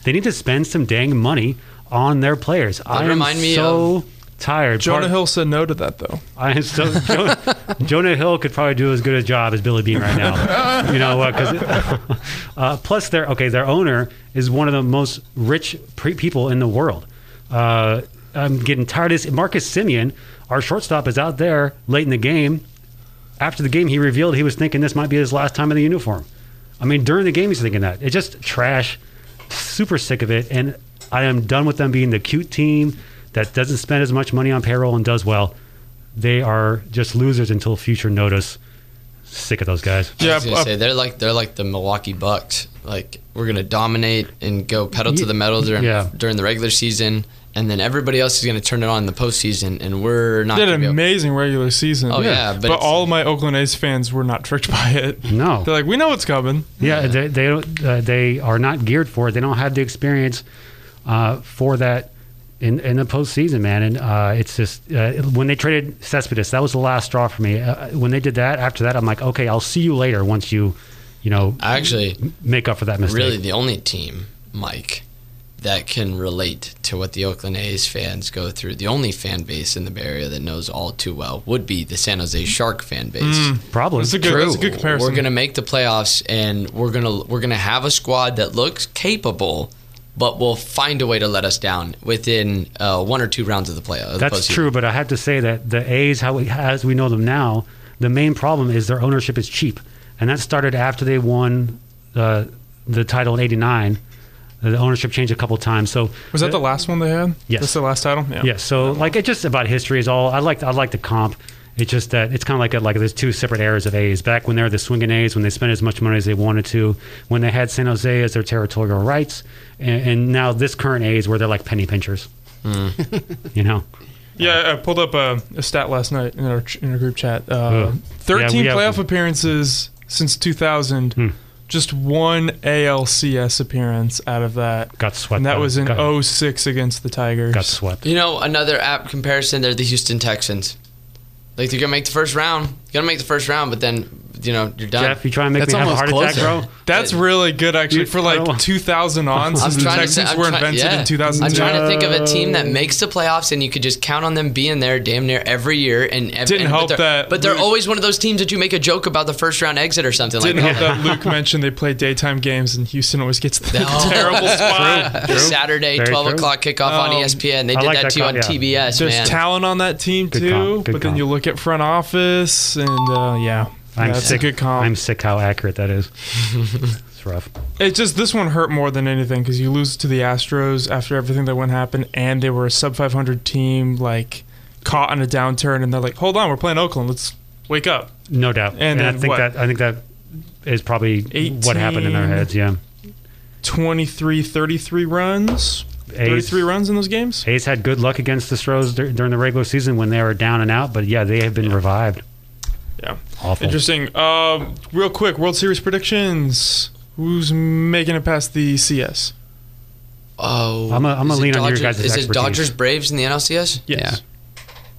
[SPEAKER 7] they need to spend some dang money on their players i am
[SPEAKER 4] remind me
[SPEAKER 7] so tired
[SPEAKER 8] Jonah
[SPEAKER 7] Part-
[SPEAKER 8] Hill said no to that though.
[SPEAKER 7] I am so Jonah, Jonah Hill could probably do as good a job as Billy Bean right now. you know, because uh, plus their okay, their owner is one of the most rich pre- people in the world. Uh, I'm getting tired of this. Marcus Simeon, our shortstop, is out there late in the game. After the game, he revealed he was thinking this might be his last time in the uniform. I mean, during the game, he's thinking that. It's just trash. Super sick of it, and I am done with them being the cute team that doesn't spend as much money on payroll and does well they are just losers until future notice. Sick of those guys.
[SPEAKER 4] I was
[SPEAKER 8] Yeah,
[SPEAKER 4] gonna
[SPEAKER 8] uh,
[SPEAKER 4] say they're like they're like the Milwaukee Bucks. Like we're gonna dominate and go pedal to the metal during
[SPEAKER 7] Yeah.
[SPEAKER 4] during the regular season, and then everybody else is going to turn it on in the postseason, and we're not.
[SPEAKER 8] They had
[SPEAKER 4] gonna
[SPEAKER 8] an
[SPEAKER 4] be able-
[SPEAKER 8] amazing regular season.
[SPEAKER 4] Oh, yeah, but
[SPEAKER 8] but,
[SPEAKER 4] it's-
[SPEAKER 8] all my Oakland A's fans were not tricked by it.
[SPEAKER 7] No.
[SPEAKER 8] They're like, we know it's coming.
[SPEAKER 7] Yeah, they they, don't- uh, they are not geared for it. They don't have the experience uh, for that in in the postseason, man. And uh, it's just uh, when they traded Cespedes, that was the last straw for me. Uh, when they did that, after that, I'm like, okay, I'll see you later once you, you know,
[SPEAKER 4] Actually,
[SPEAKER 7] make up for that mistake.
[SPEAKER 4] really the only team, Mike, that can relate to what the Oakland A's fans go through. The only fan base in the Bay Area that knows all too well would be the San Jose Shark fan base.
[SPEAKER 7] Probably.
[SPEAKER 8] Mm. It's a good,
[SPEAKER 4] True.
[SPEAKER 8] that's a good comparison.
[SPEAKER 4] We're gonna make the playoffs, and we're gonna we're gonna have a squad that looks capable, but will find a way to let us down within uh, one or two rounds of the playoffs.
[SPEAKER 7] That's true, but I have to say that the A's, how we, as we know them now, the main problem is their ownership is cheap, and that started after they won uh, the title in '89. The ownership changed a couple times, so
[SPEAKER 8] was that the last one they had?
[SPEAKER 7] Yes.
[SPEAKER 8] That's the last title? Yeah.
[SPEAKER 7] yeah, so like it's just about history is all. I like I like the comp. It's just that it's kind of like a, like there's two separate eras of A's. Back when they were the swinging A's, when they spent as much money as they wanted to, when they had San Jose as their territorial rights, and, and now this current A's where they're like penny pinchers.
[SPEAKER 8] Hmm.
[SPEAKER 7] you know,
[SPEAKER 8] Yeah, I pulled up a, a stat last night in our ch- in our group chat. Uh,
[SPEAKER 7] Ugh. Yeah,
[SPEAKER 8] 13
[SPEAKER 7] we have- Hmm.
[SPEAKER 8] playoff appearances since 2000. Just one ALCS appearance out of that.
[SPEAKER 7] got swept.
[SPEAKER 8] and that
[SPEAKER 7] by-
[SPEAKER 8] was in
[SPEAKER 7] got-
[SPEAKER 8] 06 against the Tigers.
[SPEAKER 7] got swept.
[SPEAKER 4] You know, another apt comparison. They're the Houston Texans. Like they're gonna make the first round. They're gonna make the first round, but then you know you're done.
[SPEAKER 7] Jeff, you trying to make
[SPEAKER 2] That's
[SPEAKER 7] me have a heart
[SPEAKER 2] almost
[SPEAKER 7] attack,
[SPEAKER 2] closer.
[SPEAKER 7] bro?
[SPEAKER 8] That's really good, actually,
[SPEAKER 7] You-
[SPEAKER 8] for
[SPEAKER 7] I don't-
[SPEAKER 8] like 2000 on, since the Texans
[SPEAKER 4] I'm
[SPEAKER 8] were
[SPEAKER 4] try-
[SPEAKER 8] invented
[SPEAKER 4] yeah.
[SPEAKER 8] in 2002.
[SPEAKER 4] I'm trying to think of a team that makes the playoffs and you could just count on them being there damn near every year. And, and
[SPEAKER 8] Didn't
[SPEAKER 4] and-
[SPEAKER 8] help
[SPEAKER 4] but they're,
[SPEAKER 8] that
[SPEAKER 4] But they're
[SPEAKER 8] Luke-
[SPEAKER 4] always one of those teams that you make a joke about the first round exit or something
[SPEAKER 8] Didn't
[SPEAKER 4] like
[SPEAKER 8] help that Luke mentioned they play daytime games, and Houston always gets the
[SPEAKER 4] No.
[SPEAKER 8] terrible spot.
[SPEAKER 4] that. Saturday,
[SPEAKER 7] Very
[SPEAKER 4] twelve
[SPEAKER 7] true.
[SPEAKER 4] o'clock kickoff on E
[SPEAKER 8] Um,
[SPEAKER 4] ESPN. They
[SPEAKER 7] I
[SPEAKER 4] did
[SPEAKER 7] like
[SPEAKER 4] that,
[SPEAKER 7] that
[SPEAKER 4] to you
[SPEAKER 7] co-
[SPEAKER 4] on
[SPEAKER 7] yeah.
[SPEAKER 4] TBS,
[SPEAKER 8] There's
[SPEAKER 4] man.
[SPEAKER 8] talent on that team
[SPEAKER 7] Good
[SPEAKER 8] too,
[SPEAKER 7] comp, good
[SPEAKER 8] but then
[SPEAKER 7] comp.
[SPEAKER 8] you look at front office and uh, yeah,
[SPEAKER 7] I'm
[SPEAKER 8] Yeah, that's
[SPEAKER 7] sick.
[SPEAKER 8] a good comp.
[SPEAKER 7] I'm sick how accurate that is. it's rough.
[SPEAKER 8] It just this one hurt more than anything because you lose to the Astros after everything that went happen, and they were a sub 500 team, like caught in a downturn, and they're like, "Hold on, we're playing Oakland. Let's wake up."
[SPEAKER 7] No doubt.
[SPEAKER 8] And
[SPEAKER 7] And, I
[SPEAKER 8] then
[SPEAKER 7] think
[SPEAKER 8] what?
[SPEAKER 7] that I think that is probably what happened in their
[SPEAKER 8] 18.
[SPEAKER 7] heads. Yeah.
[SPEAKER 8] 23, 33 runs,
[SPEAKER 7] A's,
[SPEAKER 8] 33 runs in those games.
[SPEAKER 7] A's had good luck against the Stros dur- during the regular season when they were down and out, but yeah, they have been revived.
[SPEAKER 8] Yeah,
[SPEAKER 7] Awful.
[SPEAKER 8] interesting. Um, real quick, World Series predictions. Who's making it past the CS?
[SPEAKER 4] Oh,
[SPEAKER 7] I'm a- I'm a
[SPEAKER 4] is it
[SPEAKER 7] lean on your
[SPEAKER 4] Dodgers-
[SPEAKER 7] guys'
[SPEAKER 4] Is it
[SPEAKER 7] expertise.
[SPEAKER 4] Dodgers Braves in the NLCS?
[SPEAKER 8] Yes.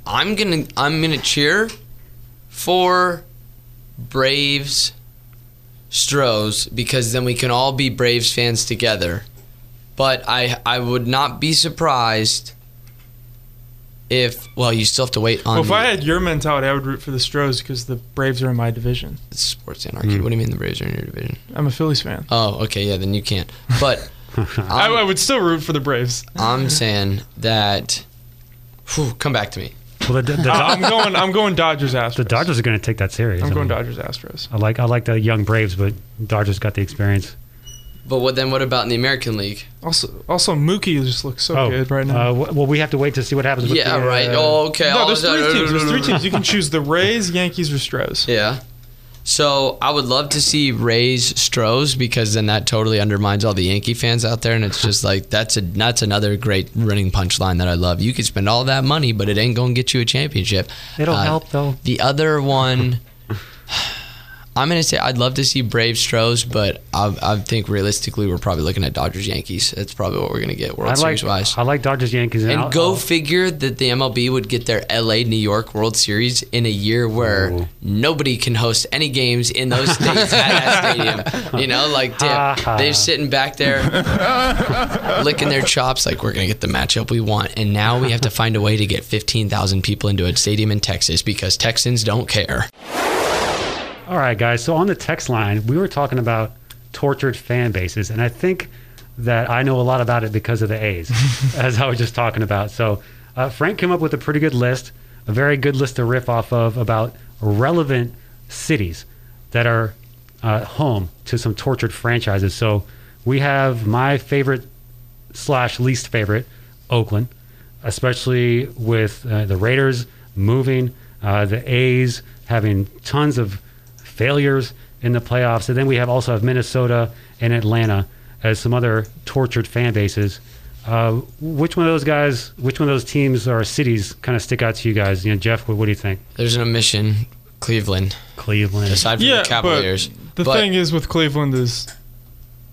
[SPEAKER 4] I'm gonna I'm gonna cheer for Braves Stros because then we can all be Braves fans together. But I I would not be surprised if well you still have to wait on
[SPEAKER 8] Well, if
[SPEAKER 4] the
[SPEAKER 8] I had your mentality, I would root for the Stros because the Braves are in my division.
[SPEAKER 4] sports
[SPEAKER 7] Hmm.
[SPEAKER 4] anarchy. What do you mean the Braves are in your division?
[SPEAKER 8] I'm a Phillies fan.
[SPEAKER 4] Oh, okay, yeah, then you can't. But
[SPEAKER 8] I,
[SPEAKER 4] I'm-
[SPEAKER 8] I would still root for the Braves.
[SPEAKER 4] I'm saying that. Whew, come back to me.
[SPEAKER 7] Well, the, the,
[SPEAKER 8] Uh,
[SPEAKER 7] Do-
[SPEAKER 8] I'm going. I'm going Dodgers Astros.
[SPEAKER 7] the Dodgers are going to take that series.
[SPEAKER 8] I'm
[SPEAKER 7] I
[SPEAKER 8] going
[SPEAKER 7] mean,
[SPEAKER 8] Dodgers Astros.
[SPEAKER 7] I like I like the young Braves, but Dodgers got the experience.
[SPEAKER 4] But what then? What about in the American League?
[SPEAKER 8] Also, also Mookie just looks so good right
[SPEAKER 7] Uh,
[SPEAKER 8] now.
[SPEAKER 7] w- well, we have to wait to see what happens. With
[SPEAKER 4] yeah,
[SPEAKER 7] the, uh,
[SPEAKER 4] right. Oh, okay.
[SPEAKER 8] no,
[SPEAKER 4] all
[SPEAKER 8] there's
[SPEAKER 4] of that-
[SPEAKER 8] three teams. There's three teams. You can choose the Rays, Yankees, or Stros.
[SPEAKER 4] Yeah. So I would love to see Rays Stros because then that totally undermines all the Yankee fans out there, and it's just like that's a that's another great running punchline that I love. You could spend all that money, but it ain't gonna get you a championship. Uh,
[SPEAKER 7] It'll help, though.
[SPEAKER 4] The other one, I'm gonna say I'd love to see Brave Stros, but I, I think realistically we're probably looking at Dodgers Yankees. That's probably what we're gonna get World
[SPEAKER 7] I like
[SPEAKER 4] Series wise.
[SPEAKER 7] I like Dodgers Yankees
[SPEAKER 4] And
[SPEAKER 7] I'll-
[SPEAKER 4] go
[SPEAKER 7] I'll-
[SPEAKER 4] figure that the MLB would get their LA New York World Series in a year where
[SPEAKER 7] Ooh.
[SPEAKER 4] nobody can host any games in those states at that stadium. You know, like
[SPEAKER 7] Ha, ha.
[SPEAKER 4] damn, they're sitting back there licking their chops, like we're gonna get the matchup we want, and now we have to find a way to get fifteen thousand people into a stadium in Texas because Texans don't care.
[SPEAKER 7] All right, guys. So on the text line, we were talking about tortured fan bases, and I think that I know a lot about it because of the A's, as I was just talking about. So uh, Frank came up with a pretty good list, a very good list to riff off of about relevant cities that are uh, home to some tortured franchises. So we have my favorite slash least favorite, Oakland, especially with uh, the Raiders moving, uh, the A's having tons of failures in the playoffs, and then we have also have Minnesota and Atlanta as some other tortured fan bases Uh, which one of those guys, which one of those teams or cities kind of stick out to you guys? You know, Jeff, what, what do you think?
[SPEAKER 4] There's an omission, Cleveland.
[SPEAKER 7] Cleveland.
[SPEAKER 4] Aside from
[SPEAKER 8] Yeah,
[SPEAKER 4] the Cavaliers,
[SPEAKER 8] The
[SPEAKER 4] But-
[SPEAKER 8] thing is with Cleveland is,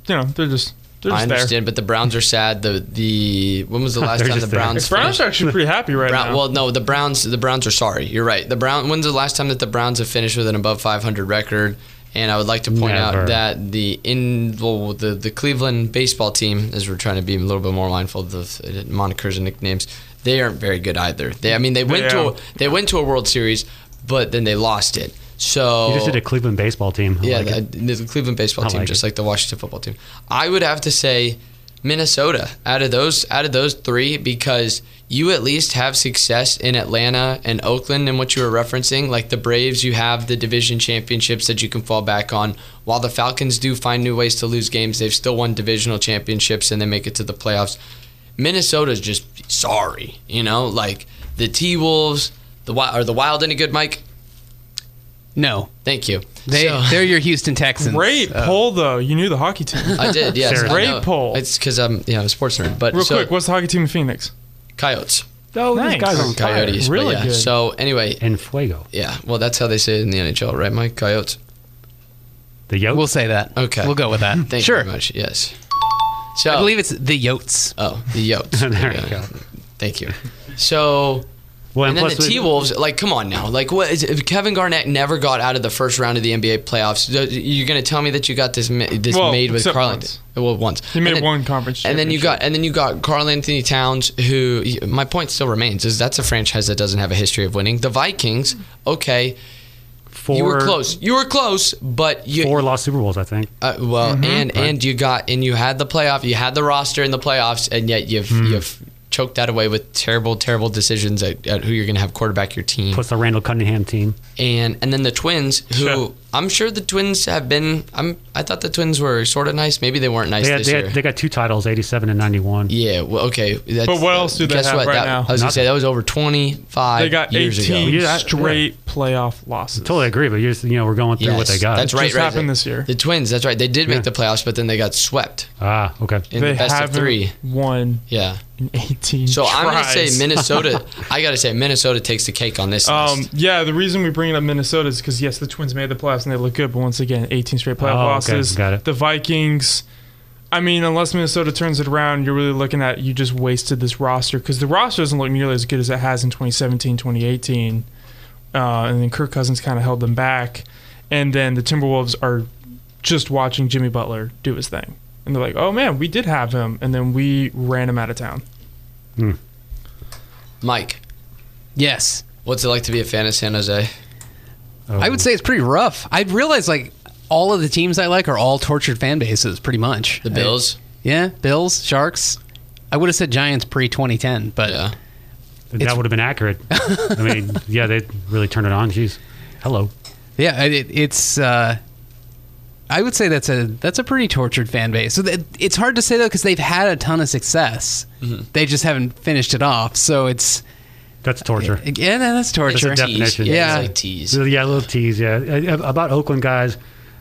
[SPEAKER 8] you know, they're just they're
[SPEAKER 4] I
[SPEAKER 8] just there.
[SPEAKER 4] understand. But the Browns are sad. The the when was the last
[SPEAKER 7] They're
[SPEAKER 4] time the
[SPEAKER 7] just there.
[SPEAKER 4] Browns?
[SPEAKER 8] The Browns are
[SPEAKER 4] finished-
[SPEAKER 8] actually pretty happy right
[SPEAKER 4] Brown,
[SPEAKER 8] now.
[SPEAKER 4] well, no, the Browns. The Browns are sorry. You're right. The Brown. When's the last time that the Browns have finished with an above 500 record? And I would like to point
[SPEAKER 7] Never.
[SPEAKER 4] out that the in well, the the Cleveland baseball team, as we're trying to be a little bit more mindful of the uh, monikers and nicknames, they aren't very good either. They, I mean, they went to
[SPEAKER 8] Yeah.
[SPEAKER 4] a, they went to a World Series, but then they lost it. So
[SPEAKER 7] you just did a Cleveland baseball team. I
[SPEAKER 4] yeah,
[SPEAKER 7] like it.
[SPEAKER 4] the, the Cleveland baseball
[SPEAKER 7] I
[SPEAKER 4] team,
[SPEAKER 7] like
[SPEAKER 4] just
[SPEAKER 7] it.
[SPEAKER 4] like the Washington football team. I would have to say Minnesota out of those out of those three because you at least have success in Atlanta and Oakland and what you were referencing. Like the Braves, you have the division championships that you can fall back on. While the Falcons do find new ways to lose games, they've still won divisional championships and they make it to the playoffs. Minnesota's just sorry, you know, like the T Wolves. The Wi- are the Wild any good, Mike?
[SPEAKER 2] No,
[SPEAKER 4] Thank you.
[SPEAKER 2] they
[SPEAKER 4] So-
[SPEAKER 2] they're your Houston Texans.
[SPEAKER 8] Great
[SPEAKER 2] Uh,
[SPEAKER 8] poll though. You knew the hockey team.
[SPEAKER 4] I did, yes.
[SPEAKER 7] Sarah.
[SPEAKER 4] I
[SPEAKER 8] Great
[SPEAKER 4] know.
[SPEAKER 8] poll.
[SPEAKER 4] It's because I'm, you know, a sports nerd. But
[SPEAKER 8] Real
[SPEAKER 4] so,
[SPEAKER 8] quick, what's the hockey team in Phoenix?
[SPEAKER 4] coyotes,
[SPEAKER 7] Oh,
[SPEAKER 8] these Thanks. guys are on
[SPEAKER 4] coyotes, but
[SPEAKER 8] Really
[SPEAKER 4] yeah.
[SPEAKER 8] good.
[SPEAKER 4] So anyway,
[SPEAKER 7] And Fuego,
[SPEAKER 4] yeah. Well, that's how they say it in the NHL, right, Mike? Coyotes.
[SPEAKER 7] the Yotes.
[SPEAKER 2] We'll say that.
[SPEAKER 4] Okay.
[SPEAKER 2] We'll go with that.
[SPEAKER 4] Thank
[SPEAKER 2] sure.
[SPEAKER 4] you very much. Yes. So
[SPEAKER 2] I believe it's the Yotes.
[SPEAKER 4] Oh, the Yotes.
[SPEAKER 7] There
[SPEAKER 4] Yeah.
[SPEAKER 7] you go.
[SPEAKER 4] Thank you. So
[SPEAKER 7] well,
[SPEAKER 4] and, then the
[SPEAKER 7] we-
[SPEAKER 4] T Wolves, like, come on now, like, what is if Kevin Garnett never got out of the first round of the NBA playoffs? th- You're gonna tell me that you got this ma- this
[SPEAKER 8] Well,
[SPEAKER 4] made with
[SPEAKER 8] except
[SPEAKER 4] Carl?
[SPEAKER 8] once.
[SPEAKER 4] Well, once
[SPEAKER 8] He made
[SPEAKER 4] And then-
[SPEAKER 8] one conference
[SPEAKER 4] and then you
[SPEAKER 8] championship.
[SPEAKER 4] got and then you got Carl Anthony Towns, who my point still remains is that's a franchise that doesn't have a history of winning. The Vikings, okay,
[SPEAKER 7] four,
[SPEAKER 4] you were close, you were close, but you
[SPEAKER 7] Four Mm-hmm. lost Super Bowls, I think.
[SPEAKER 4] uh, well, and and you got and you had the playoff, you had the roster in the playoffs, and yet you've
[SPEAKER 7] Hmm.
[SPEAKER 4] you've choked that away with terrible, terrible decisions at, at who you're going to have quarterback your team.
[SPEAKER 7] Plus the Randall Cunningham team.
[SPEAKER 4] and and then the twins who
[SPEAKER 8] Sure.
[SPEAKER 4] I'm sure the twins have been I'm I thought the twins were sort of nice maybe they weren't nice
[SPEAKER 7] They, had,
[SPEAKER 4] this
[SPEAKER 7] they,
[SPEAKER 4] year
[SPEAKER 7] had, they got two titles, 87 and 91.
[SPEAKER 4] yeah well okay that's,
[SPEAKER 8] But what else do they
[SPEAKER 4] guess
[SPEAKER 8] have
[SPEAKER 4] what?
[SPEAKER 8] right
[SPEAKER 4] that,
[SPEAKER 8] now?
[SPEAKER 4] I was gonna
[SPEAKER 7] Nothing.
[SPEAKER 4] say that was over 25
[SPEAKER 8] They got
[SPEAKER 4] years ago
[SPEAKER 8] 18
[SPEAKER 7] Yeah, I-
[SPEAKER 8] straight playoff losses.
[SPEAKER 7] Totally agree, but you're just, you know, we're going through what
[SPEAKER 4] Yes,
[SPEAKER 7] they got.
[SPEAKER 4] that's right
[SPEAKER 8] Just
[SPEAKER 4] right
[SPEAKER 8] happened
[SPEAKER 4] there.
[SPEAKER 8] this year.
[SPEAKER 4] the twins that's right they did make
[SPEAKER 7] Yeah.
[SPEAKER 4] the playoffs but then they got swept
[SPEAKER 7] Ah, okay.
[SPEAKER 4] in
[SPEAKER 8] they
[SPEAKER 4] the best
[SPEAKER 8] haven't
[SPEAKER 4] of three
[SPEAKER 8] won
[SPEAKER 4] yeah
[SPEAKER 8] in 18
[SPEAKER 4] so I'm gonna say
[SPEAKER 8] tries.
[SPEAKER 4] Minnesota I gotta say Minnesota takes the cake on this
[SPEAKER 8] Um,
[SPEAKER 4] list.
[SPEAKER 8] yeah, the reason we bring up Minnesota is because yes, the Twins made the playoffs and they look good, but once again, 18 straight playoff
[SPEAKER 7] Oh, okay.
[SPEAKER 8] losses.
[SPEAKER 7] Got it.
[SPEAKER 8] The Vikings. I mean, unless Minnesota turns it around, you're really looking at you just wasted this roster because the roster doesn't look nearly as good as it has in 2017, 2018, uh, and then Kirk Cousins kind of held them back, and then the Timberwolves are just watching Jimmy Butler do his thing, and they're like, oh man, we did have him, and then we ran him out of town.
[SPEAKER 4] Mike
[SPEAKER 2] Yes.
[SPEAKER 4] what's it like to be a fan of San Jose
[SPEAKER 7] Oh.
[SPEAKER 2] I would say it's pretty rough. I'd realize like all of the teams I like are all tortured fan bases, pretty much.
[SPEAKER 4] the
[SPEAKER 2] I-
[SPEAKER 4] Bills
[SPEAKER 2] yeah, Bills, Sharks. I would have said Giants pre 2010, but
[SPEAKER 4] yeah
[SPEAKER 7] that would have been accurate. I mean, yeah, they really turned it on. Jeez. Hello.
[SPEAKER 2] Yeah, I- it, it's. Uh, I would say that's a that's a pretty tortured fan base. So that, it's hard to say though because they've had a ton of success.
[SPEAKER 8] Mm-hmm.
[SPEAKER 2] They just haven't finished it off. So it's
[SPEAKER 7] That's torture.
[SPEAKER 2] yeah, that's torture.
[SPEAKER 7] a definition.
[SPEAKER 4] Tease. yeah,
[SPEAKER 2] Yeah.
[SPEAKER 4] it's like tease.
[SPEAKER 7] So, yeah, a little tease. Yeah, Uh, uh, about Oakland guys,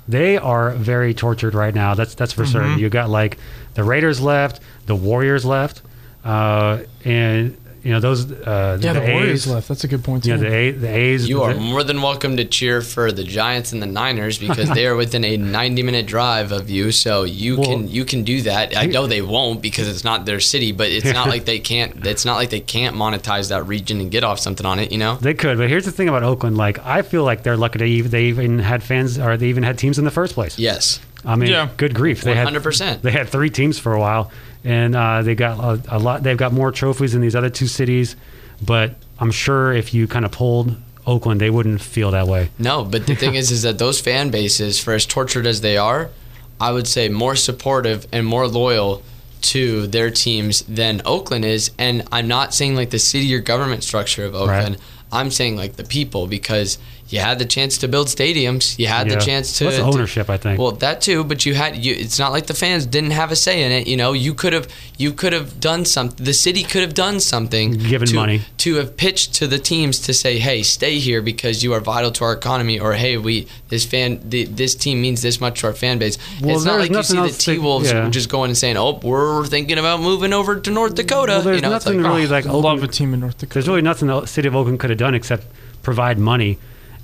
[SPEAKER 7] they are very tortured right now. That's that's for
[SPEAKER 4] Mm-hmm.
[SPEAKER 7] certain. You got like the Raiders left, the Warriors left, uh, and you know those. Uh,
[SPEAKER 8] Yeah, the, Warriors
[SPEAKER 7] A's,
[SPEAKER 8] left. That's a good point. Too.
[SPEAKER 7] You know the, a, the A's.
[SPEAKER 4] You are
[SPEAKER 7] the-
[SPEAKER 4] more than welcome to cheer for the Giants and the Niners because they are within a 90-minute drive of you, so you
[SPEAKER 7] Well-
[SPEAKER 4] can you can do that. I know they won't because it's not their city, but it's not like they can't. It's not like they can't monetize that region and get off something on it. You know,
[SPEAKER 7] They could, but here's the thing about Oakland. Like, I feel like they're lucky they even, they even had fans, or they even had teams in the first place.
[SPEAKER 4] yes,
[SPEAKER 7] I mean,
[SPEAKER 8] Yeah.
[SPEAKER 7] good grief, they had
[SPEAKER 4] 100%.
[SPEAKER 7] They had three teams for a while, and uh, they got a, a lot. They've got more trophies than these other two cities, but I'm sure if you kind of pulled Oakland, they wouldn't feel that way.
[SPEAKER 4] no. But the thing is, is that those fan bases, for as tortured as they are, I would say more supportive and more loyal to their teams than Oakland is. And I'm not saying like the city or government structure of Oakland. I'm saying like the people because you had the chance to build stadiums, you had
[SPEAKER 7] Yeah.
[SPEAKER 4] the chance to
[SPEAKER 7] Well, that's
[SPEAKER 4] to-
[SPEAKER 7] ownership, I think.
[SPEAKER 4] Well, that too, but you had you, it's not like the fans didn't have a say in it. You know, you could have you could have done something. The city could have done something.
[SPEAKER 7] Given
[SPEAKER 4] to,
[SPEAKER 7] money.
[SPEAKER 4] to have pitched to the teams to say, "Hey, stay here because you are vital to our economy," or "Hey, we this fan the, this team means this much to our fan base."
[SPEAKER 7] Well,
[SPEAKER 4] it's not
[SPEAKER 7] there's
[SPEAKER 4] like you
[SPEAKER 7] nothing
[SPEAKER 4] see the
[SPEAKER 7] else that-
[SPEAKER 4] T Wolves
[SPEAKER 7] yeah.
[SPEAKER 4] just going and saying, "Oh, we're thinking about moving over to North Dakota."
[SPEAKER 7] Well, there's
[SPEAKER 4] uh, you know, it's
[SPEAKER 7] nothing
[SPEAKER 4] like,
[SPEAKER 7] really
[SPEAKER 4] "Oh,
[SPEAKER 7] like
[SPEAKER 8] love
[SPEAKER 7] Oakland-
[SPEAKER 8] a team in North
[SPEAKER 7] There's
[SPEAKER 8] Dakota.
[SPEAKER 7] really nothing the city of Oakland could have done except provide money.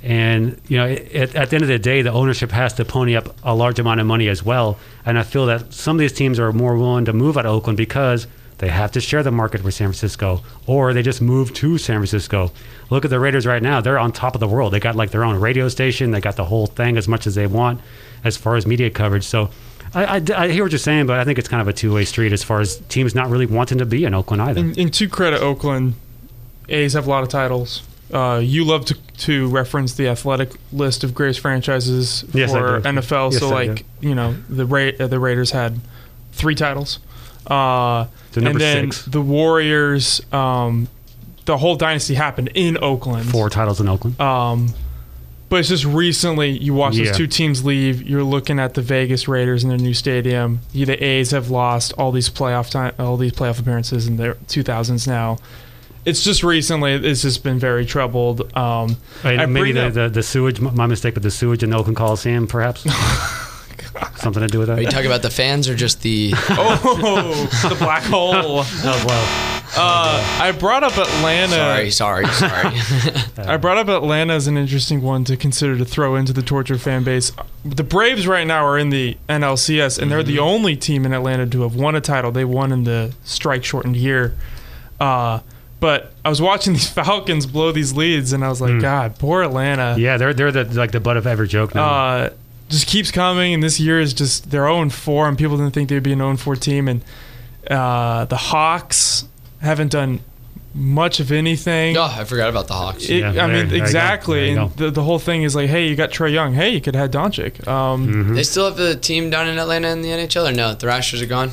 [SPEAKER 7] And you know, at, at the end of the day, the ownership has to pony up a large amount of money as well. And I feel that some of these teams are more willing to move out of Oakland because they have to share the market with San Francisco, or they just move to San Francisco. Look at the Raiders right now; they're on top of the world. They got like their own radio station. They got the whole thing as much as they want, as far as media coverage. So. I, I- I hear what you're saying, but I think it's kind of a two-way street as far as teams not really wanting to be in Oakland either.
[SPEAKER 8] In, in to credit Oakland, A's have a lot of titles. Uh, you love to, to reference the athletic list of greatest franchises
[SPEAKER 7] Yes, I
[SPEAKER 8] for
[SPEAKER 7] do.
[SPEAKER 8] NFL.
[SPEAKER 7] Yes,
[SPEAKER 8] so,
[SPEAKER 7] I
[SPEAKER 8] like, you know, the Ra- uh, the Raiders had three titles. Uh,
[SPEAKER 7] So
[SPEAKER 8] and
[SPEAKER 7] number
[SPEAKER 8] then
[SPEAKER 7] six.
[SPEAKER 8] the Warriors, um, the whole dynasty happened in Oakland.
[SPEAKER 7] Four titles in Oakland.
[SPEAKER 8] Um, but it's just recently you watch
[SPEAKER 7] Yeah.
[SPEAKER 8] those two teams leave. You're looking at the Vegas Raiders in their new stadium. You, the A's have lost all these playoff time, all these playoff appearances in their 2000s now. It's just recently. It's just been very troubled. Um,
[SPEAKER 7] And
[SPEAKER 8] I
[SPEAKER 7] maybe
[SPEAKER 8] bring
[SPEAKER 7] the,
[SPEAKER 8] up-
[SPEAKER 7] the, the sewage, my mistake with the sewage in the Oakland Coliseum, perhaps. Something to do with that.
[SPEAKER 4] Are you talking about the fans or just the?
[SPEAKER 8] oh, the black hole.
[SPEAKER 7] Oh, well,
[SPEAKER 8] Uh, I brought up Atlanta.
[SPEAKER 4] sorry, sorry, sorry.
[SPEAKER 8] I brought up Atlanta as an interesting one to consider to throw into the tortured fan base. The Braves right now are in the NLCS, and they're the only team in Atlanta to have won a title. They won in the strike shortened year. Uh, but I was watching these Falcons blow these leads, and I was like, God, poor Atlanta.
[SPEAKER 7] yeah, they're they're the, like the butt of every joke now.
[SPEAKER 8] Uh, just keeps coming, and this year is just their own four, and people didn't think they'd be an own four team. And uh, the Hawks haven't done much of anything.
[SPEAKER 4] oh, I forgot about the Hawks.
[SPEAKER 8] It,
[SPEAKER 7] Yeah,
[SPEAKER 8] I
[SPEAKER 7] there-
[SPEAKER 8] mean,
[SPEAKER 7] there you go. There
[SPEAKER 8] exactly.
[SPEAKER 7] you
[SPEAKER 8] And
[SPEAKER 7] go.
[SPEAKER 8] the, the whole thing is like, hey, you got Trey Young. Hey, you could have Doncic. Um,
[SPEAKER 7] Mm-hmm.
[SPEAKER 4] They still have the team down in Atlanta in the NHL or no? The Thrashers are gone.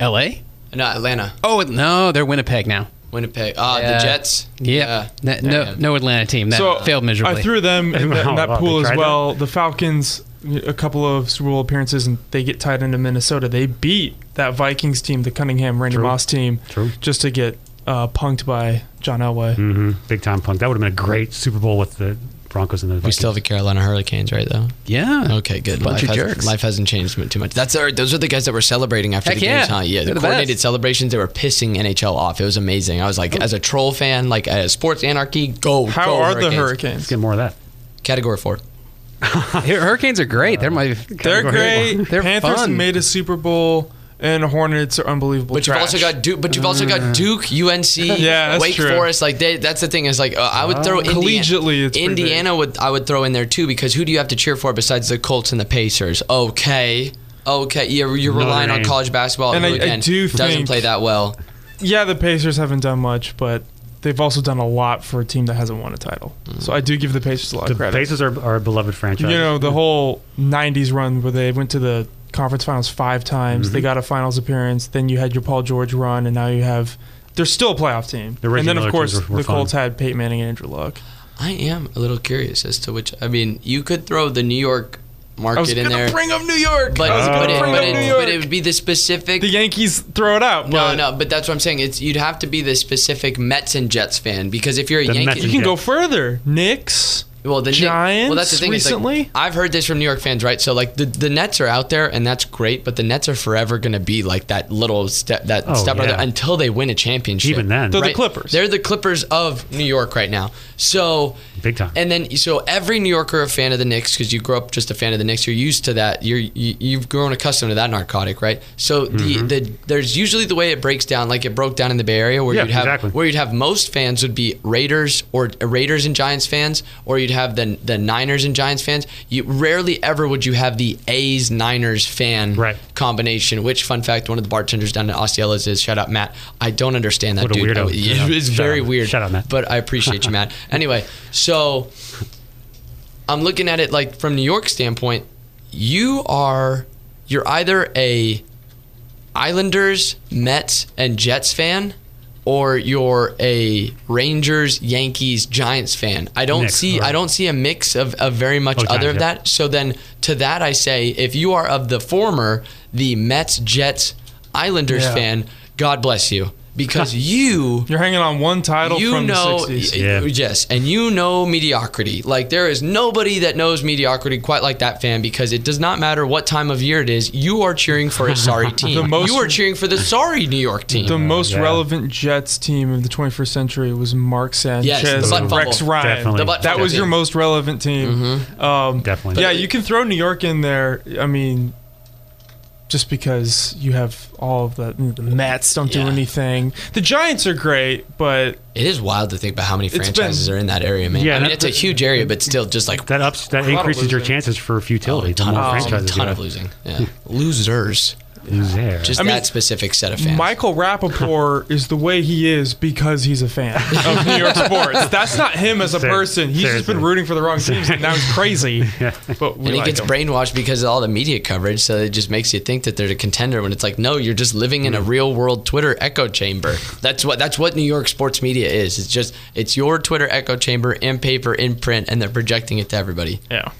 [SPEAKER 2] L.A.
[SPEAKER 4] No, Atlanta,
[SPEAKER 2] Oh no, they're Winnipeg now.
[SPEAKER 4] Winnipeg. Ah,
[SPEAKER 2] Yeah.
[SPEAKER 4] the Jets.
[SPEAKER 2] Yeah, N- no,
[SPEAKER 4] Damn.
[SPEAKER 2] no Atlanta team that
[SPEAKER 8] So
[SPEAKER 2] failed miserably.
[SPEAKER 8] I threw them in, that- in
[SPEAKER 7] Wow,
[SPEAKER 8] that
[SPEAKER 7] wow,
[SPEAKER 8] pool
[SPEAKER 7] Oh, they
[SPEAKER 8] as
[SPEAKER 7] tried
[SPEAKER 8] well. The Falcons, a couple of Super Bowl appearances, and they get tied into Minnesota. They beat that Vikings team, the Cunningham Randy
[SPEAKER 7] True.
[SPEAKER 8] Moss team,
[SPEAKER 7] True.
[SPEAKER 8] just to get uh, punked by John Elway.
[SPEAKER 7] hmm Big time punk. That would have been a great Super Bowl with the Broncos and the
[SPEAKER 4] We
[SPEAKER 7] Vikings.
[SPEAKER 4] still have the Carolina Hurricanes, right? Though.
[SPEAKER 2] yeah.
[SPEAKER 4] Okay, good.
[SPEAKER 2] Bunch
[SPEAKER 4] life
[SPEAKER 2] of
[SPEAKER 4] hasn't-
[SPEAKER 2] jerks.
[SPEAKER 4] Life hasn't changed too much. That's all right. Those are the guys that were celebrating after
[SPEAKER 2] Heck
[SPEAKER 4] the games,
[SPEAKER 2] yeah.
[SPEAKER 4] huh? Yeah,
[SPEAKER 2] They're
[SPEAKER 4] the
[SPEAKER 2] the
[SPEAKER 4] coordinated
[SPEAKER 2] best.
[SPEAKER 4] celebrations. They were pissing NHL off. It was amazing. I was like, as a troll fan, like a sports anarchy, go.
[SPEAKER 8] How
[SPEAKER 4] go,
[SPEAKER 8] are the
[SPEAKER 4] Hurricanes.
[SPEAKER 8] Hurricanes?
[SPEAKER 7] Get more of that.
[SPEAKER 4] Category four.
[SPEAKER 2] Hur- Hurricanes are great. They're my.
[SPEAKER 8] They're great.
[SPEAKER 2] They're
[SPEAKER 8] Panthers
[SPEAKER 2] fun.
[SPEAKER 8] made a Super Bowl, and Hornets are unbelievable.
[SPEAKER 4] But you've also
[SPEAKER 8] trash.
[SPEAKER 4] got Duke. But you've also
[SPEAKER 7] Mm.
[SPEAKER 4] got Duke, UNC,
[SPEAKER 8] Yeah, that's
[SPEAKER 4] Wake
[SPEAKER 8] true.
[SPEAKER 4] Forest. Like they, that's the thing is like uh, I would throw Indiana,
[SPEAKER 8] Collegiately, it's pretty
[SPEAKER 4] Indiana would I would throw in there too because who do you have to cheer for besides the Colts and the Pacers? Okay, okay, you're, you're
[SPEAKER 7] Notre
[SPEAKER 4] relying on
[SPEAKER 7] Dame.
[SPEAKER 4] college basketball
[SPEAKER 8] And
[SPEAKER 4] who,
[SPEAKER 8] I- I
[SPEAKER 4] again,
[SPEAKER 8] do
[SPEAKER 4] doesn't
[SPEAKER 8] think-
[SPEAKER 4] play that well.
[SPEAKER 8] yeah, the Pacers haven't done much, but they've also done a lot for a team that hasn't won a title. So I do give the Pacers a lot
[SPEAKER 7] Mm. The
[SPEAKER 8] of credit.
[SPEAKER 7] Pacers are, are a beloved franchise.
[SPEAKER 8] you know, the whole '90s run where they went to the conference finals five times,
[SPEAKER 7] Mm-hmm.
[SPEAKER 8] they got a finals appearance. Then you had your Paul George run, and now you have. They're still a playoff team.
[SPEAKER 7] The Reggie
[SPEAKER 8] and then, of
[SPEAKER 7] Miller
[SPEAKER 8] course,
[SPEAKER 7] teams were- were
[SPEAKER 8] the Colts
[SPEAKER 7] fun.
[SPEAKER 8] had Peyton Manning and Andrew Luck.
[SPEAKER 4] I am a little curious as to which. I mean, you could throw the New York
[SPEAKER 8] I was
[SPEAKER 4] market in
[SPEAKER 8] gonna
[SPEAKER 4] there,
[SPEAKER 8] bring up New York.
[SPEAKER 4] but
[SPEAKER 8] I was
[SPEAKER 4] but,
[SPEAKER 8] gonna
[SPEAKER 4] it,
[SPEAKER 8] bring
[SPEAKER 4] but,
[SPEAKER 8] up New
[SPEAKER 4] it,
[SPEAKER 8] York.
[SPEAKER 4] but it would be the specific.
[SPEAKER 8] the Yankees throw it out.
[SPEAKER 4] no,
[SPEAKER 8] but
[SPEAKER 4] no, but that's what I'm saying. It's you'd have to be the specific Mets and Jets fan because if you're a
[SPEAKER 7] The Mets
[SPEAKER 4] Yankee,
[SPEAKER 7] and
[SPEAKER 8] You can go
[SPEAKER 7] Jets.
[SPEAKER 8] further. Knicks.
[SPEAKER 4] Well, the Knick-
[SPEAKER 8] Giants
[SPEAKER 4] well, that's the thing. is, like,
[SPEAKER 8] recently?
[SPEAKER 4] I've heard this from New York fans, right? So like the, the Nets are out there, and that's great, but the Nets are forever going to be like that little step that
[SPEAKER 7] Oh,
[SPEAKER 4] step brother
[SPEAKER 7] yeah.
[SPEAKER 4] until they win a championship.
[SPEAKER 7] Even then.
[SPEAKER 8] They're
[SPEAKER 4] right?
[SPEAKER 8] the Clippers.
[SPEAKER 4] They're the Clippers of New York right now. So
[SPEAKER 7] Big time.
[SPEAKER 4] And then so every New Yorker a fan of the Knicks because you grew up just a fan of the Knicks. You're used to that. You're you, you've grown accustomed to that narcotic, right? So
[SPEAKER 7] Mm-hmm.
[SPEAKER 4] the, the there's usually the way it breaks down, like it broke down in the Bay Area where
[SPEAKER 7] Yeah,
[SPEAKER 4] you'd have
[SPEAKER 7] exactly.
[SPEAKER 4] where you'd have most fans would be Raiders or uh, Raiders and Giants fans, or you'd have the the Niners and Giants fans. You rarely ever would you have the A's Niners fan
[SPEAKER 7] Right.
[SPEAKER 4] combination. Which fun fact, one of the bartenders down at Osceola's is shout out Matt. I don't understand that
[SPEAKER 7] What a
[SPEAKER 4] dude.
[SPEAKER 7] weirdo.
[SPEAKER 4] I- yeah,
[SPEAKER 7] Shout out.
[SPEAKER 4] it's
[SPEAKER 7] Shout
[SPEAKER 4] very
[SPEAKER 7] out.
[SPEAKER 4] weird.
[SPEAKER 7] Shout out, Matt.
[SPEAKER 4] But I appreciate you, Matt. Anyway, so I'm looking at it like from New York standpoint. You are you're either a Islanders, Mets, and Jets fan, or you're a Rangers, Yankees, Giants fan. I don't
[SPEAKER 7] Mix,
[SPEAKER 4] see I
[SPEAKER 7] right.
[SPEAKER 4] don't see a mix of, of very much
[SPEAKER 7] Oh, Giants,
[SPEAKER 4] other of
[SPEAKER 7] yeah.
[SPEAKER 4] that. So then to that I say if you are of the former, the Mets, Jets, Islanders
[SPEAKER 8] Yeah.
[SPEAKER 4] fan, God bless you because you
[SPEAKER 8] You're hanging on one title
[SPEAKER 4] you
[SPEAKER 8] from
[SPEAKER 4] know,
[SPEAKER 8] the 60s.
[SPEAKER 4] y-
[SPEAKER 7] Yeah.
[SPEAKER 4] yes, and you know mediocrity. Like there is nobody that knows mediocrity quite like that fan because it does not matter what time of year it is. You are cheering for a sorry team.
[SPEAKER 8] The most-
[SPEAKER 4] you are cheering for the sorry New York team.
[SPEAKER 8] The most
[SPEAKER 7] yeah.
[SPEAKER 8] relevant Jets team of the 21st century was Mark Sanchez,
[SPEAKER 4] the butt
[SPEAKER 8] and
[SPEAKER 4] fumble.
[SPEAKER 8] Rex
[SPEAKER 4] Mm-hmm.
[SPEAKER 8] Ryan.
[SPEAKER 7] Definitely.
[SPEAKER 4] The butt
[SPEAKER 8] That
[SPEAKER 4] fumble.
[SPEAKER 8] was your most relevant team. Um,
[SPEAKER 7] Definitely.
[SPEAKER 8] Yeah, you can throw New York in there. I mean, just because you have all of the the Mets don't
[SPEAKER 4] Yeah.
[SPEAKER 8] do anything. The Giants are great, but
[SPEAKER 4] It is wild to think about how many
[SPEAKER 8] been-
[SPEAKER 4] franchises are in that area, man.
[SPEAKER 7] Yeah,
[SPEAKER 4] I mean,
[SPEAKER 7] that-
[SPEAKER 4] it's a huge area, but still, just like
[SPEAKER 7] That ups that
[SPEAKER 8] A lot of
[SPEAKER 7] increases your
[SPEAKER 8] losing.
[SPEAKER 7] chances for futility.
[SPEAKER 4] Oh, a
[SPEAKER 7] the
[SPEAKER 4] ton,
[SPEAKER 7] more
[SPEAKER 4] of, losing,
[SPEAKER 7] franchises
[SPEAKER 4] ton
[SPEAKER 7] you
[SPEAKER 4] of losing. Yeah. Losers.
[SPEAKER 7] lose there.
[SPEAKER 4] Just
[SPEAKER 8] I mean,
[SPEAKER 4] that specific set of fans.
[SPEAKER 8] Michael Rappaport is the way he is because he's a fan of New York sports. That's not him as a
[SPEAKER 7] Ser-
[SPEAKER 8] person. He's just been
[SPEAKER 7] seriously.
[SPEAKER 8] rooting for the wrong teams, and now he's crazy. But we
[SPEAKER 4] and he
[SPEAKER 8] like
[SPEAKER 4] gets
[SPEAKER 8] him.
[SPEAKER 4] brainwashed because of all the media coverage, so it just makes you think that they're a contender when it's like, no, you're just living in a
[SPEAKER 8] Mm-hmm.
[SPEAKER 4] real world Twitter echo chamber. That's what that's what New York sports media is. It's just it's your Twitter echo chamber in paper, in print, and they're projecting it to everybody.
[SPEAKER 8] Yeah.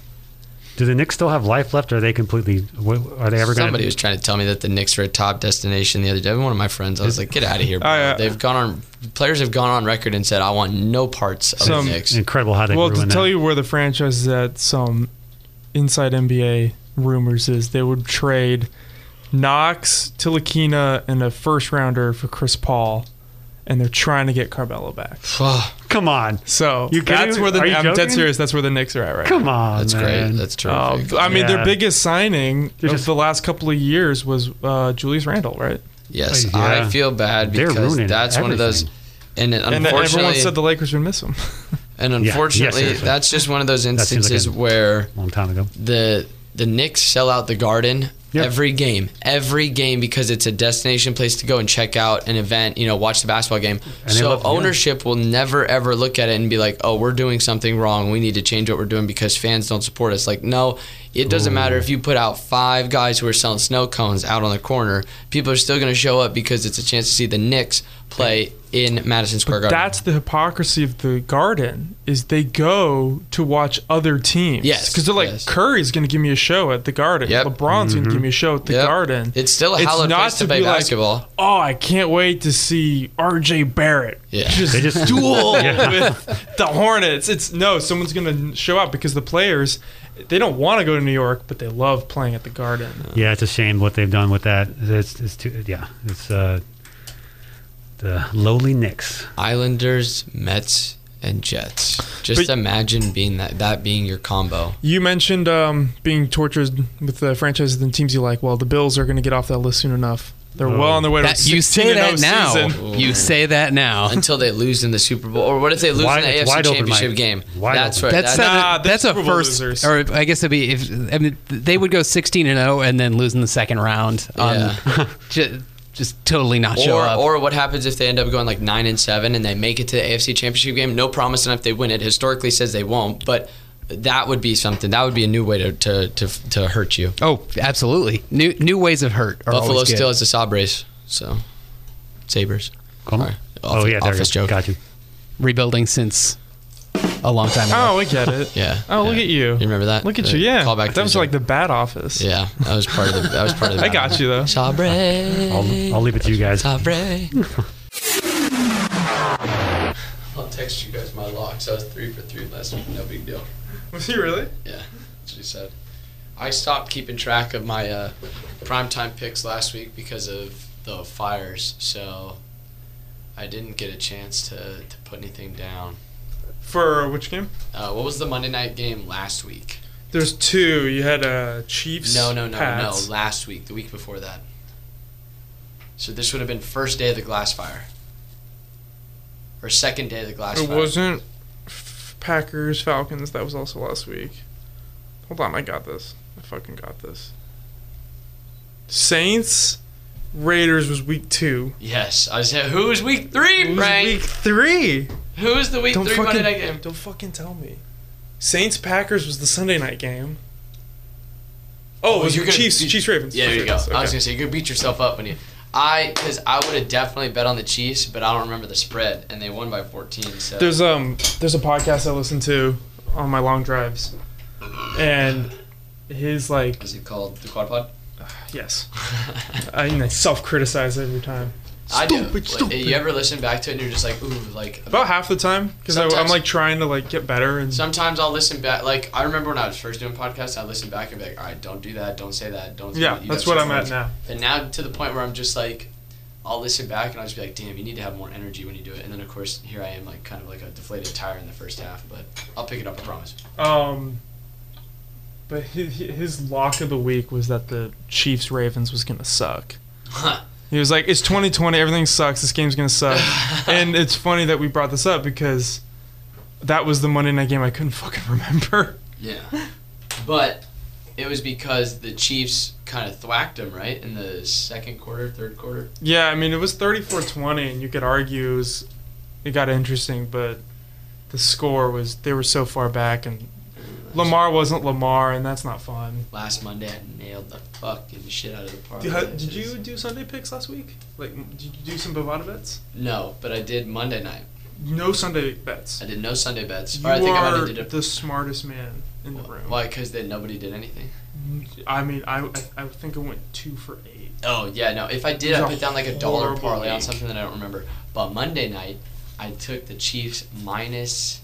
[SPEAKER 7] Do the Knicks still have life left? Or are they completely? What, are they ever going
[SPEAKER 4] Somebody
[SPEAKER 7] to?
[SPEAKER 4] was trying to tell me that the Knicks are a top destination the other day. One of my friends, I was like, get out of here, bro.
[SPEAKER 8] I, uh,
[SPEAKER 4] They've gone on players have gone on record and said, I want no parts of
[SPEAKER 8] Some-
[SPEAKER 4] the Knicks.
[SPEAKER 7] Incredible how they
[SPEAKER 8] Well, to
[SPEAKER 7] ruined
[SPEAKER 8] tell
[SPEAKER 7] that.
[SPEAKER 8] you where the franchise is at, some inside NBA rumors is they would trade Knox, Tilakina, and a first rounder for Chris Paul, and they're trying to get Carmelo back.
[SPEAKER 7] Come on,
[SPEAKER 8] So
[SPEAKER 7] You kidding
[SPEAKER 8] that's
[SPEAKER 7] me?
[SPEAKER 8] where the
[SPEAKER 7] Are you
[SPEAKER 8] I'm dead
[SPEAKER 7] joking?
[SPEAKER 8] serious. That's where the Knicks are at right
[SPEAKER 7] come on.
[SPEAKER 4] That's
[SPEAKER 7] man.
[SPEAKER 4] great. That's true.
[SPEAKER 8] now. Um, Oh, I mean, their
[SPEAKER 7] Yeah.
[SPEAKER 8] biggest signing
[SPEAKER 7] They're
[SPEAKER 8] of
[SPEAKER 7] just-
[SPEAKER 8] the last couple of years was uh, Julius Randle, right?
[SPEAKER 4] Yes,
[SPEAKER 7] Yeah.
[SPEAKER 4] I feel bad
[SPEAKER 7] They're
[SPEAKER 4] because
[SPEAKER 7] ruining
[SPEAKER 4] that's one of those.
[SPEAKER 7] everything.
[SPEAKER 4] And it,
[SPEAKER 8] And
[SPEAKER 4] unfortunately,
[SPEAKER 8] everyone said the Lakers would miss him.
[SPEAKER 4] and
[SPEAKER 7] Yeah,
[SPEAKER 4] unfortunately,
[SPEAKER 7] seriously.
[SPEAKER 4] that's just one of those
[SPEAKER 7] seems like
[SPEAKER 4] instances
[SPEAKER 7] a-
[SPEAKER 4] where
[SPEAKER 7] Long time ago.
[SPEAKER 4] the the Knicks sell out the Garden
[SPEAKER 7] Yep.
[SPEAKER 4] every game, every game because it's a destination place to go and check out an event. You know, watch the basketball game.
[SPEAKER 7] And they
[SPEAKER 4] so
[SPEAKER 7] love- yeah.
[SPEAKER 4] ownership will never ever look at it and be like, "Oh, we're doing something wrong. We need to change what we're doing because fans don't support us." Like, no, it doesn't matter if you put out five guys who are selling snow cones out on the corner. People are still going to show up because it's a chance to see the Knicks play in Madison Square Garden.
[SPEAKER 8] That's the hypocrisy of the Garden is they go to watch other teams.
[SPEAKER 4] Yes,
[SPEAKER 8] because they're like
[SPEAKER 4] yes.
[SPEAKER 8] Curry's going to give me a show at the Garden.
[SPEAKER 4] Yep.
[SPEAKER 8] LeBron's going to give me a show at the
[SPEAKER 4] Yep.
[SPEAKER 8] Garden.
[SPEAKER 4] It's still a hallowed place to play
[SPEAKER 8] be like,
[SPEAKER 4] basketball.
[SPEAKER 8] oh, I can't wait to see R.J. Barrett
[SPEAKER 4] Yeah.
[SPEAKER 8] just,
[SPEAKER 7] They just-
[SPEAKER 8] duel with the Hornets. It's no, someone's going to show up because the players they don't want to go to New York, but they love playing at the Garden.
[SPEAKER 7] Yeah, it's a shame what they've done with that. It's, it's too. Yeah, it's uh, the lowly Knicks.
[SPEAKER 4] Islanders, Mets, and Jets. Just
[SPEAKER 8] But-
[SPEAKER 4] imagine being that that being your combo.
[SPEAKER 8] You mentioned um, being tortured with the franchises and teams you like. Well, the Bills are going to get off that list soon enough. They're
[SPEAKER 7] Oh.
[SPEAKER 8] well on their way to
[SPEAKER 2] That, you say
[SPEAKER 8] oh
[SPEAKER 2] that now. You say that now.
[SPEAKER 4] Until they lose in the Super Bowl, or what if they lose
[SPEAKER 7] Wide-
[SPEAKER 4] in the
[SPEAKER 7] it's
[SPEAKER 4] AFC
[SPEAKER 7] wide open,
[SPEAKER 4] Championship
[SPEAKER 7] Mike.
[SPEAKER 4] game?
[SPEAKER 7] Wide
[SPEAKER 4] that's
[SPEAKER 7] open.
[SPEAKER 4] right.
[SPEAKER 2] That's,
[SPEAKER 4] that's-
[SPEAKER 8] Nah,
[SPEAKER 2] a, that's
[SPEAKER 8] they're
[SPEAKER 2] a
[SPEAKER 8] Super Bowl
[SPEAKER 2] first,
[SPEAKER 8] losers.
[SPEAKER 2] or I guess it'd be if I mean they would go sixteen and zero and then lose in the second round on ju- just totally not show
[SPEAKER 4] or,
[SPEAKER 2] up.
[SPEAKER 4] or what happens if they end up going like nine and seven and they make it to the AFC Championship game? No promise, and if they win it, historically says they won't. But that would be something. That would be a new way to to to, to hurt you.
[SPEAKER 2] oh, absolutely. New new ways of hurt. Are
[SPEAKER 4] Buffalo
[SPEAKER 2] always good.
[SPEAKER 4] still has the Sabres, so Sabers.
[SPEAKER 7] Come on.
[SPEAKER 4] Sorry.
[SPEAKER 7] oh yeah, there you
[SPEAKER 4] office
[SPEAKER 7] go.
[SPEAKER 4] joke.
[SPEAKER 7] Got you.
[SPEAKER 2] rebuilding since a long time ago.
[SPEAKER 8] Oh, we get it.
[SPEAKER 4] Yeah.
[SPEAKER 8] Oh,
[SPEAKER 4] yeah.
[SPEAKER 8] look at you.
[SPEAKER 4] You remember that?
[SPEAKER 8] Look at
[SPEAKER 4] The
[SPEAKER 8] you. Yeah.
[SPEAKER 4] Callback.
[SPEAKER 8] that was
[SPEAKER 4] Tuesday.
[SPEAKER 8] like the bat office.
[SPEAKER 4] Yeah, that was part of the. That was part of the.
[SPEAKER 8] I got you though.
[SPEAKER 4] Sabre.
[SPEAKER 7] I'll, I'll leave it to you guys.
[SPEAKER 4] Sabre. I'll text you guys my locks. I was three for three last week. No big deal.
[SPEAKER 8] Was he really?
[SPEAKER 4] Yeah, that's what he said. I stopped keeping track of my uh, primetime picks last week because of the fires, so I didn't get a chance to, to put anything down.
[SPEAKER 8] For which game?
[SPEAKER 4] Uh, what was the Monday night game last week?
[SPEAKER 8] There's two. You had uh, Chiefs.
[SPEAKER 4] No, no, no,
[SPEAKER 8] Pats.
[SPEAKER 4] no. Last week, the week before that. So this would have been first day of the glass fire, or second day of the glass
[SPEAKER 8] It
[SPEAKER 4] fire.
[SPEAKER 8] wasn't f- Packers Falcons. That was also last week. Hold on, I got this. I fucking got this. Saints Raiders was week two.
[SPEAKER 4] Yes, I said, who's week three,
[SPEAKER 8] It was
[SPEAKER 4] Frank?
[SPEAKER 8] week three.
[SPEAKER 4] Who's the week
[SPEAKER 8] Don't
[SPEAKER 4] three
[SPEAKER 8] fucking
[SPEAKER 4] Monday night game?
[SPEAKER 8] don't fucking tell me. Saints Packers was the Sunday night game. Oh, it was
[SPEAKER 4] you're gonna
[SPEAKER 8] Chiefs
[SPEAKER 4] beat-
[SPEAKER 8] Oh, Chiefs Ravens.
[SPEAKER 4] Yeah, there Oh, you go.
[SPEAKER 8] Ravens,
[SPEAKER 4] I was
[SPEAKER 8] okay.
[SPEAKER 4] gonna say you could beat yourself up when you. I because I would have definitely bet on the Chiefs, but I don't remember the spread, and they won by 14. So
[SPEAKER 8] There's um there's a podcast I listen to on my long drives, and his like
[SPEAKER 4] is it called the quad pod?
[SPEAKER 8] yes, I mean I self criticize every time.
[SPEAKER 4] I do.
[SPEAKER 8] Stupid,
[SPEAKER 4] Like, You ever listen back to it and you're just like, ooh, like
[SPEAKER 8] About half the time because I'm
[SPEAKER 4] Sometimes-
[SPEAKER 8] like trying to like get better and
[SPEAKER 4] Sometimes I'll listen back. Like I remember when I was first doing podcasts, I listened back and be like, "All right, don't do that. Don't say that. Don't." do
[SPEAKER 8] yeah
[SPEAKER 4] that, you
[SPEAKER 8] that's
[SPEAKER 4] got
[SPEAKER 8] what
[SPEAKER 4] so
[SPEAKER 8] I'm at
[SPEAKER 4] much."
[SPEAKER 8] now.
[SPEAKER 4] And now to the point where I'm just like, I'll listen back and I'll just be like, "Damn, you need to have more energy when you do it." And then of course here I am, like kind of like a deflated tire in the first half, but I'll pick it up. I promise.
[SPEAKER 8] Um, but his, his lock of the week was that the Chiefs Ravens was gonna suck.
[SPEAKER 4] Huh.
[SPEAKER 8] He was like, "It's 2020, everything sucks. This game's gonna suck." and it's funny that we brought this up because that was the Monday night game I couldn't fucking remember.
[SPEAKER 4] Yeah. But it was because the Chiefs kind of thwacked them right in the second quarter, third quarter.
[SPEAKER 8] Yeah, I mean it was 34-20, and you could argue it, was, it got interesting, but the score was they were so far back, and Lamar wasn't Lamar, and that's not fun.
[SPEAKER 4] Last Monday, I nailed the fucking shit out of the park.
[SPEAKER 8] Did you do Sunday picks last week? Like, did you do some Bovada bets?
[SPEAKER 4] No, but I did Monday night.
[SPEAKER 8] No Sunday bets.
[SPEAKER 4] I did no Sunday bets.
[SPEAKER 8] You
[SPEAKER 4] Or I think I
[SPEAKER 8] are
[SPEAKER 4] might have did it.
[SPEAKER 8] the smartest man in the room.
[SPEAKER 4] Why? Because then nobody did anything.
[SPEAKER 8] I mean, I, I I think I went two for eight.
[SPEAKER 4] Oh yeah, no. If I did,
[SPEAKER 8] It
[SPEAKER 4] I
[SPEAKER 8] was a
[SPEAKER 4] put down like a dollar
[SPEAKER 8] horrible
[SPEAKER 4] parlay on
[SPEAKER 8] week.
[SPEAKER 4] something that I don't remember. But Monday night, I took the Chiefs minus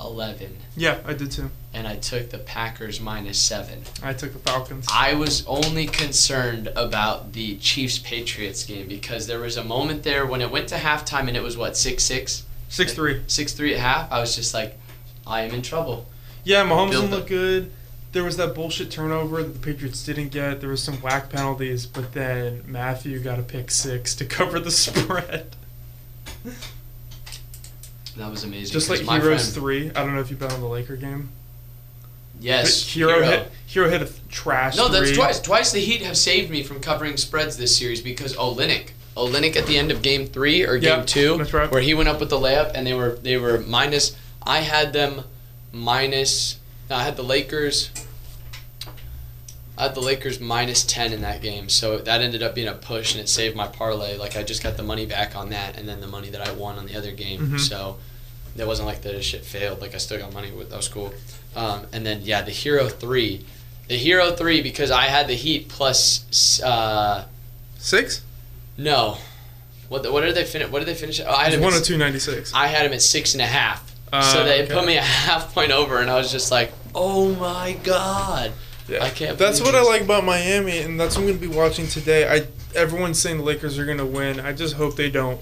[SPEAKER 4] eleven,
[SPEAKER 8] Yeah, I did too.
[SPEAKER 4] and I took the Packers minus seven.
[SPEAKER 8] I took the Falcons.
[SPEAKER 4] I was only concerned about the Chiefs Patriots game because there was a moment there when it went to halftime and it was what six six
[SPEAKER 8] Six three.
[SPEAKER 4] six three at half. I was just like, I am in trouble.
[SPEAKER 8] Yeah, Mahomes
[SPEAKER 4] Build
[SPEAKER 8] didn't
[SPEAKER 4] up.
[SPEAKER 8] look good. There was that bullshit turnover that the Patriots didn't get. There was some whack penalties, but then Matthew got a pick six to cover the spread.
[SPEAKER 4] That was amazing.
[SPEAKER 8] Just
[SPEAKER 4] 'cause
[SPEAKER 8] like
[SPEAKER 4] my
[SPEAKER 8] Heroes
[SPEAKER 4] friend-
[SPEAKER 8] three. I don't know if you bet on the Laker game.
[SPEAKER 4] Yes,
[SPEAKER 8] But Hero, hit Hero hit a th- trash.
[SPEAKER 4] No, that's
[SPEAKER 8] three.
[SPEAKER 4] twice. Twice the Heat have saved me from covering spreads this series because Olinick. Olinick at the end of game three or game
[SPEAKER 8] Yeah,
[SPEAKER 4] two,
[SPEAKER 8] that's right.
[SPEAKER 4] where he went up with the layup and they were they were minus. I had them minus. no, I had the Lakers. I had the Lakers minus ten in that game, so that ended up being a push and it saved my parlay. Like I just got the money back on that, and then the money that I won on the other game.
[SPEAKER 8] Mhm.
[SPEAKER 4] So it wasn't like the shit failed. Like I still got money. That was cool. Um, and then yeah, the Hero three, the Hero three because I had the Heat plus. Uh,
[SPEAKER 8] Six.
[SPEAKER 4] no, what the, what did they finish? What did they finish? at? Oh, I had
[SPEAKER 8] It's
[SPEAKER 4] him
[SPEAKER 8] one
[SPEAKER 4] at,
[SPEAKER 8] or two ninety six.
[SPEAKER 4] I had him at six and a half.
[SPEAKER 8] Uh,
[SPEAKER 4] so they
[SPEAKER 8] okay.
[SPEAKER 4] put me a half point over, and I was just like, oh my god.
[SPEAKER 8] Yeah.
[SPEAKER 4] I can't
[SPEAKER 8] That's
[SPEAKER 4] believe
[SPEAKER 8] what I
[SPEAKER 4] this.
[SPEAKER 8] like about Miami, and that's what I'm going to be watching today. I everyone's saying the Lakers are going to win. I just hope they don't.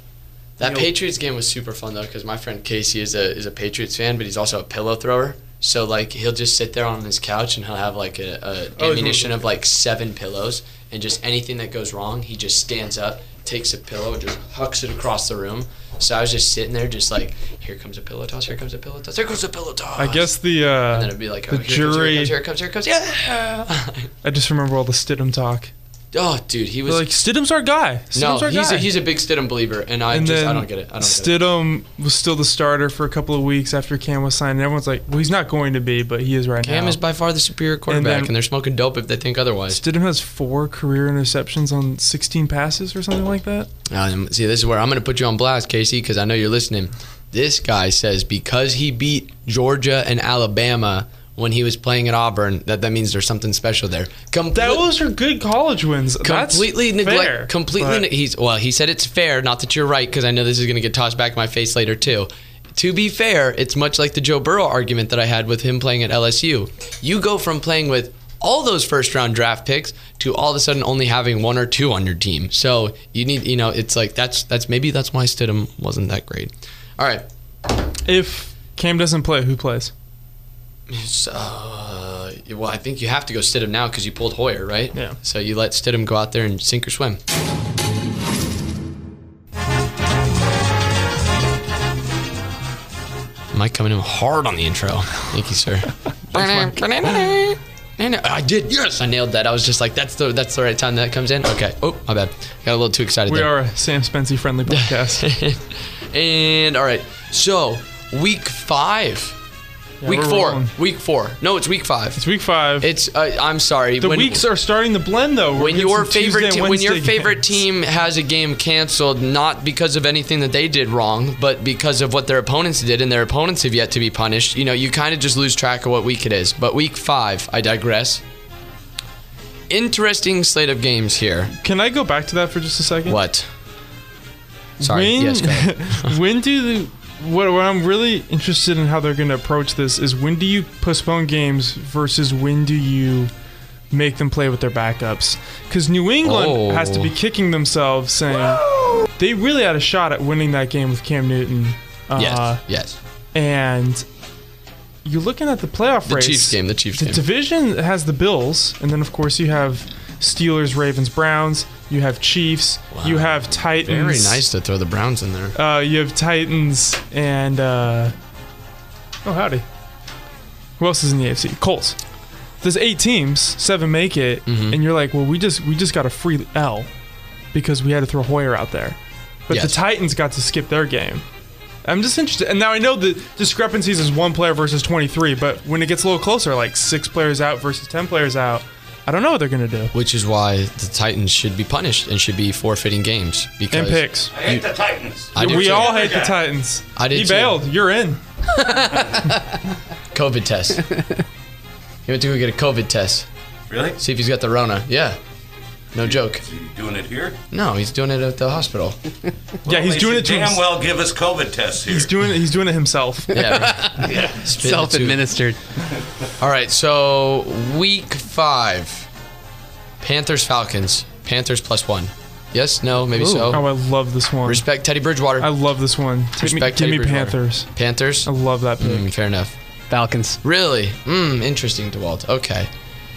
[SPEAKER 4] That
[SPEAKER 8] You know-
[SPEAKER 4] Patriots game was super fun though, because my friend Casey is a is a Patriots fan, but he's also a pillow thrower. So like he'll just sit there on his couch and he'll have like a, a
[SPEAKER 8] Oh,
[SPEAKER 4] ammunition of like seven pillows, and just anything that goes wrong, he just stands up, takes a pillow, and just hucks it across the room. So I was just sitting there, just like, here comes a pillow toss, here comes a pillow toss, here comes a pillow toss.
[SPEAKER 8] I guess the
[SPEAKER 4] And then
[SPEAKER 8] uh,
[SPEAKER 4] it'd be like,
[SPEAKER 8] the
[SPEAKER 4] oh, here
[SPEAKER 8] jury-
[SPEAKER 4] Comes, here it comes, here it comes, here it comes, yeah.
[SPEAKER 8] I just remember all the Stidham talk.
[SPEAKER 4] oh, dude, he
[SPEAKER 8] They're
[SPEAKER 4] was
[SPEAKER 8] like Stidham's our guy. Stidham's
[SPEAKER 4] no,
[SPEAKER 8] our
[SPEAKER 4] he's
[SPEAKER 8] guy.
[SPEAKER 4] a, he's a big Stidham believer, and I
[SPEAKER 8] and
[SPEAKER 4] just
[SPEAKER 8] then
[SPEAKER 4] I don't get it. I don't get it.
[SPEAKER 8] Stidham was still the starter for a couple of weeks after Cam was signed. And everyone's like, well, he's not going to be, but he is right
[SPEAKER 4] Cam
[SPEAKER 8] now.
[SPEAKER 4] is by far the superior quarterback,
[SPEAKER 8] then-
[SPEAKER 4] and they're smoking dope if they think otherwise.
[SPEAKER 8] Stidham has four career interceptions on 16 passes or something like that.
[SPEAKER 4] Um, see, this is where I'm going to put you on blast, Casey, because I know you're listening. This guy says because he beat Georgia and Alabama when he was playing at Auburn, that that means there's something special there. Comple-
[SPEAKER 8] Those are good college wins.
[SPEAKER 4] completely
[SPEAKER 8] That's
[SPEAKER 4] neglect.
[SPEAKER 8] fair,
[SPEAKER 4] completely,
[SPEAKER 8] but-
[SPEAKER 4] ne- he's well. He said it's fair. Not that you're right, because I know this is going to get tossed back in my face later too. To be fair, it's much like the Joe Burrow argument that I had with him playing at LSU. You go from playing with all those first round draft picks to all of a sudden only having one or two on your team. So you need, you know, it's like that's that's maybe that's why Stidham wasn't that great. All right,
[SPEAKER 8] if Cam doesn't play, who plays?
[SPEAKER 4] So, uh, well, I think you have to go Stidham now because you pulled Hoyer, right?
[SPEAKER 8] Yeah.
[SPEAKER 4] So you let Stidham go out there and sink or swim. Mike coming in hard on the intro. Thank you, sir. I did. Yes, I nailed that. I was just like, that's the that's the right time that comes in. Okay. Oh, my bad. Got a little too excited.
[SPEAKER 8] We
[SPEAKER 4] there.
[SPEAKER 8] are a Sam Spency friendly podcast.
[SPEAKER 4] and all right, so week five
[SPEAKER 8] Yeah,
[SPEAKER 4] week
[SPEAKER 8] we're
[SPEAKER 4] four.
[SPEAKER 8] rolling.
[SPEAKER 4] Week four. No, it's week five.
[SPEAKER 8] It's week five.
[SPEAKER 4] It's. Uh, I'm sorry.
[SPEAKER 8] the weeks are starting to blend though. We're
[SPEAKER 4] when
[SPEAKER 8] getting
[SPEAKER 4] your
[SPEAKER 8] some
[SPEAKER 4] favorite
[SPEAKER 8] Tuesday,
[SPEAKER 4] te- when your
[SPEAKER 8] Wednesday
[SPEAKER 4] favorite
[SPEAKER 8] games.
[SPEAKER 4] team has a game canceled not because of anything that they did wrong but because of what their opponents did and their opponents have yet to be punished you know you kind of just lose track of what week it is but week 5 I digress interesting slate of games here
[SPEAKER 8] Can I go back to that for just a second?
[SPEAKER 4] what sorry
[SPEAKER 8] When,
[SPEAKER 4] yes go ahead.
[SPEAKER 8] when do the what, what I'm really interested in how they're going to approach this is when do you postpone games versus when do you make them play with their backups? Because New England
[SPEAKER 4] Oh.
[SPEAKER 8] has to be kicking themselves, saying they really had a shot at winning that game with Cam Newton. Uh,
[SPEAKER 4] yes yes
[SPEAKER 8] And you're looking at the playoff
[SPEAKER 4] the
[SPEAKER 8] race.
[SPEAKER 4] Chiefs game the Chiefs
[SPEAKER 8] The
[SPEAKER 4] game
[SPEAKER 8] division has the Bills, and then of course you have Steelers, Ravens, Browns. You have Chiefs. You have Titans.
[SPEAKER 4] very nice to throw the Browns in there
[SPEAKER 8] Uh, you have Titans and uh, oh howdy. Who else is in the AFC? Colts. There's eight teams, seven make it,
[SPEAKER 4] Mm-hmm.
[SPEAKER 8] and you're like, well, we just we just got a free L because we had to throw Hoyer out there, but the
[SPEAKER 4] Yes.
[SPEAKER 8] Titans got to skip their game. I'm just interested, and now I know the discrepancies is one player versus 23, but when it gets a little closer, like six players out versus 10 players out, I don't know what they're gonna do.
[SPEAKER 4] which is why the Titans should be punished and should be forfeiting games because
[SPEAKER 8] And picks.
[SPEAKER 6] I hate the Titans.
[SPEAKER 4] I do
[SPEAKER 8] we
[SPEAKER 4] too.
[SPEAKER 8] all hate the Titans.
[SPEAKER 4] I did
[SPEAKER 8] he
[SPEAKER 4] too.
[SPEAKER 8] bailed. You're in.
[SPEAKER 4] COVID test. he went to go get a COVID test.
[SPEAKER 6] Really?
[SPEAKER 4] See if he's got the Rona. Yeah. No joke.
[SPEAKER 6] So you doing it here?
[SPEAKER 4] No, he's doing it at the hospital.
[SPEAKER 8] yeah, he's
[SPEAKER 6] They
[SPEAKER 8] doing
[SPEAKER 6] should
[SPEAKER 8] it to
[SPEAKER 6] damn
[SPEAKER 8] himself.
[SPEAKER 6] well give us COVID tests here.
[SPEAKER 8] He's doing it. He's doing it himself.
[SPEAKER 4] Yeah. Spit in the tube.
[SPEAKER 2] Self-administered.
[SPEAKER 4] All right, so week five Panthers, Falcons. Panthers plus one. Yes? No? Maybe
[SPEAKER 8] Oh,
[SPEAKER 4] so.
[SPEAKER 8] I love this one.
[SPEAKER 4] Respect Teddy Bridgewater.
[SPEAKER 8] I love this one. Take me,
[SPEAKER 4] Respect
[SPEAKER 8] give
[SPEAKER 4] Teddy
[SPEAKER 8] me
[SPEAKER 4] Bridgewater.
[SPEAKER 8] Panthers.
[SPEAKER 4] Panthers?
[SPEAKER 8] I love that pick.
[SPEAKER 4] Mm, fair enough.
[SPEAKER 2] Falcons.
[SPEAKER 4] Really? Mm, interesting, DeWalt. Okay.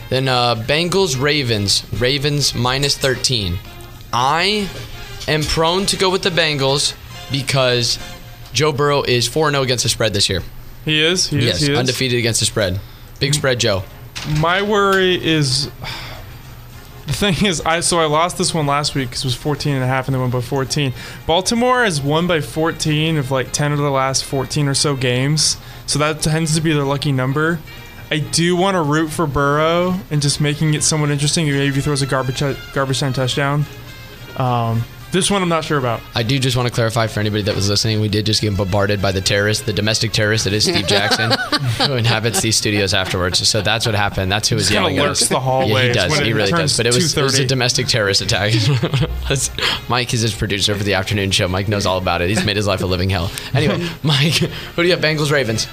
[SPEAKER 4] Then uh, Bengals, Ravens. Ravens minus 13. I am prone to go with the Bengals because Joe Burrow is 4 0 against the spread this year.
[SPEAKER 8] He is. He is.
[SPEAKER 4] yes,
[SPEAKER 8] he is. Mm-hmm.
[SPEAKER 4] undefeated against the spread. Big spread, Joe.
[SPEAKER 8] My worry is the thing is I so I lost this one last week because it was 14 and a half and they went by 14. Baltimore has won by 14 of like 10 of the last 14 or so games, so that tends to be their lucky number. I do want to root for Burrow and just making it somewhat interesting. Maybe he throws a garbage tou- garbage time touchdown. Um, this one I'm not sure about.
[SPEAKER 4] I do just want to clarify for anybody that was listening, we did just get bombarded by the terrorist, the domestic terrorist that is Steve Jackson, who inhabits these studios afterwards. So that's what happened. That's who was
[SPEAKER 8] Just kinda
[SPEAKER 4] yelling at
[SPEAKER 8] lurks
[SPEAKER 4] us.
[SPEAKER 8] the hallways
[SPEAKER 4] Yeah, he does.
[SPEAKER 8] when
[SPEAKER 4] He
[SPEAKER 8] it
[SPEAKER 4] really
[SPEAKER 8] turns
[SPEAKER 4] does. But it was, it was a
[SPEAKER 8] 2:30.
[SPEAKER 4] domestic terrorist attack. That's- Mike is his producer for the afternoon show. Mike knows all about it. He's made his life a living hell. Anyway, Mike, who do you have? Bengals, Ravens.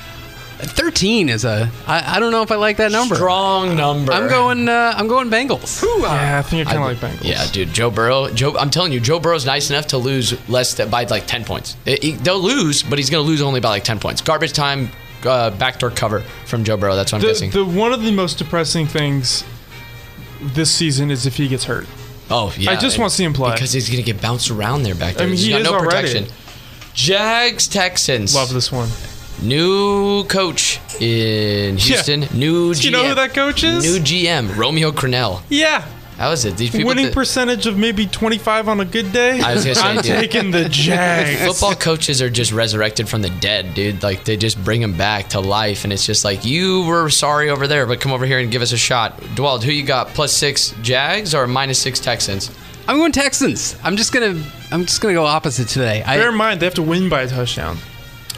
[SPEAKER 2] 13 is a. I, I don't know if I like that number.
[SPEAKER 4] Strong number.
[SPEAKER 2] I'm going. Uh, I'm going Bengals.
[SPEAKER 8] Yeah, I think I kind
[SPEAKER 4] Ah, I-
[SPEAKER 8] of like Bengals.
[SPEAKER 4] Yeah, dude, Joe Burrow. Joe, I'm telling you, Joe Burrow's nice enough to lose less than, by like 10 points. It- it- they'll lose, but he's going to lose only by like 10 points. Garbage time, uh, backdoor cover from Joe Burrow. That's what I'm
[SPEAKER 8] The,
[SPEAKER 4] guessing.
[SPEAKER 8] the one of the most depressing things this season is if he gets hurt.
[SPEAKER 4] oh, yeah.
[SPEAKER 8] I just want to see him play.
[SPEAKER 4] because he's going to get bounced around there back there.
[SPEAKER 8] I mean,
[SPEAKER 4] he's
[SPEAKER 8] he
[SPEAKER 4] got
[SPEAKER 8] is
[SPEAKER 4] no
[SPEAKER 8] already.
[SPEAKER 4] protection. Jags Texans.
[SPEAKER 8] Love this one.
[SPEAKER 4] New coach in Houston. New GM.
[SPEAKER 8] Do you know who that coach is?
[SPEAKER 4] New GM, Romeo Cornell.
[SPEAKER 8] yeah.
[SPEAKER 4] How is it? These people
[SPEAKER 8] Winning
[SPEAKER 4] that-
[SPEAKER 8] percentage of maybe 25 on a good day.
[SPEAKER 4] I was gonna say,
[SPEAKER 8] am
[SPEAKER 4] dude.
[SPEAKER 8] taking the Jags.
[SPEAKER 4] Football coaches are just resurrected from the dead, dude. Like they just bring them back to life, and it's just like you were sorry over there, but come over here and give us a shot. Dwald, who you got? Plus six Jags or minus six Texans?
[SPEAKER 2] I'm going Texans. I'm just gonna. I'm just gonna go opposite today. I,
[SPEAKER 8] Bear in mind, they have to win by a touchdown.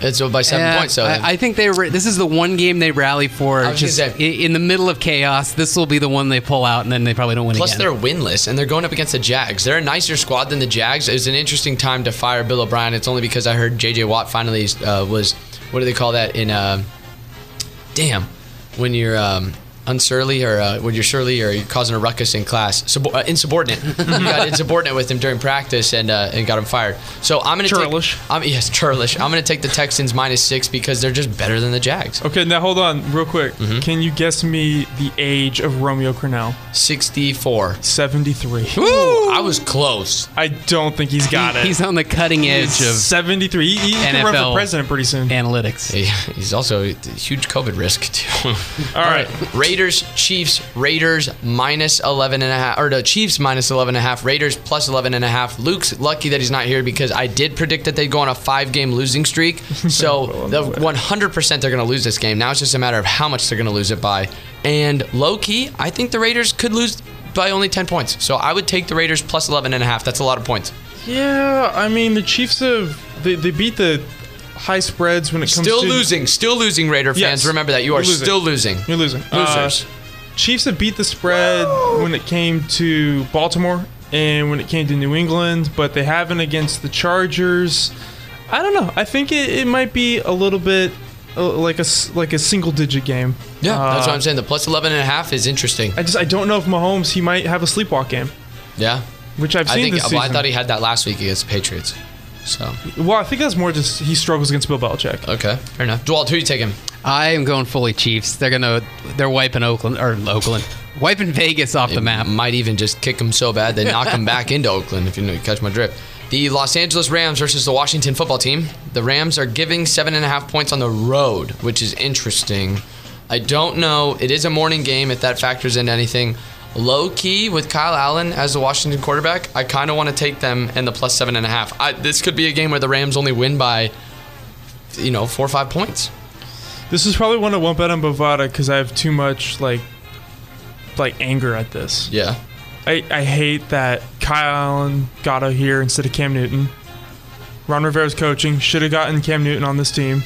[SPEAKER 4] It's by seven
[SPEAKER 2] yeah,
[SPEAKER 4] points. So
[SPEAKER 2] I, I think they. Were, this is the one game they rally for.
[SPEAKER 4] I was
[SPEAKER 2] Just
[SPEAKER 4] gonna
[SPEAKER 2] in,
[SPEAKER 4] say-
[SPEAKER 2] in the middle of chaos, this will be the one they pull out, and then they probably don't win
[SPEAKER 4] Plus,
[SPEAKER 2] again.
[SPEAKER 4] they're winless, and they're going up against the Jags. They're a nicer squad than the Jags. It was an interesting time to fire Bill O'Brien. It's only because I heard J.J. Watt finally uh, was what do they call that in? Uh, damn, when you're um, unsurly or uh, when you're surly or you're causing a ruckus in class, Sub- uh, insubordinate. you got insubordinate with him during practice and uh, and got him fired. So I'm gonna
[SPEAKER 8] Churlish.
[SPEAKER 4] Take, I'm, yes, churlish. I'm gonna take the Texans minus six because they're just better than the Jags.
[SPEAKER 8] Okay, now hold on, real quick.
[SPEAKER 4] Mm-hmm.
[SPEAKER 8] Can you guess me the age of Romeo Cornell?
[SPEAKER 4] Sixty-four.
[SPEAKER 8] 73.
[SPEAKER 4] Ooh, I was close.
[SPEAKER 8] I don't think he's got it.
[SPEAKER 2] He's on the cutting edge of
[SPEAKER 8] 73. He, he can run
[SPEAKER 2] NFL.
[SPEAKER 8] for president pretty soon.
[SPEAKER 2] analytics.
[SPEAKER 4] He's also a huge COVID risk too.
[SPEAKER 8] All right.
[SPEAKER 4] Ravens. Raiders, Chiefs, Raiders minus 11 and a half, or the Chiefs minus 11 and a half, Raiders plus 11 and a half. Luke's lucky that he's not here because I did predict that they'd go on a five game losing streak. So the 100% they're going to lose this game. Now it's just a matter of how much they're going to lose it by. And low key, I think the Raiders could lose by only 10 points. So I would take the Raiders plus 11 and a half. That's a lot of points.
[SPEAKER 8] Yeah, I mean the Chiefs have they, they beat the high spreads when it comes
[SPEAKER 4] Still
[SPEAKER 8] to
[SPEAKER 4] losing, still losing Raider fans.
[SPEAKER 8] Yes.
[SPEAKER 4] Remember that you are
[SPEAKER 8] You're losing.
[SPEAKER 4] still losing.
[SPEAKER 8] You're losing.
[SPEAKER 4] Losers.
[SPEAKER 8] Uh, Chiefs have beat the spread when it came to Baltimore and when it came to New England, but they haven't against the Chargers. I don't know. I think it, it might be a little bit uh, like a s- like a single digit game.
[SPEAKER 4] Yeah, that's
[SPEAKER 8] Uh,
[SPEAKER 4] what I'm saying. The plus 11 and a half is interesting.
[SPEAKER 8] I just I don't know if Mahomes he might have a sleepwalk game,
[SPEAKER 4] Yeah.
[SPEAKER 8] which I've
[SPEAKER 4] I
[SPEAKER 8] seen
[SPEAKER 4] think
[SPEAKER 8] this
[SPEAKER 4] well, I
[SPEAKER 8] season.
[SPEAKER 4] thought he had that last week against the Patriots. So,
[SPEAKER 8] well, I think that's more just he struggles against Bill Belichick.
[SPEAKER 4] okay. Fair enough. Dwalt, who you taking?
[SPEAKER 2] I am going fully Chiefs. They're gonna they're wiping Oakland or Oakland, wiping Vegas off the map.
[SPEAKER 4] Might even just kick him so bad they knock him back into Oakland, if you know you catch my drift. The Los Angeles Rams versus the Washington football team. The Rams are giving seven and a half points on the road, which is interesting. I don't know. It is a morning game if that factors into anything. Low key with Kyle Allen as the Washington quarterback, I kind of want to take them and the plus seven and a half. I, this could be a game where the Rams only win by, you know, four or five points.
[SPEAKER 8] This is probably one I won't bet on Bovada because I have too much like like anger at this.
[SPEAKER 4] Yeah.
[SPEAKER 8] I, I hate that Kyle Allen got out here instead of Cam Newton. Ron Rivera's coaching should have gotten Cam Newton on this team.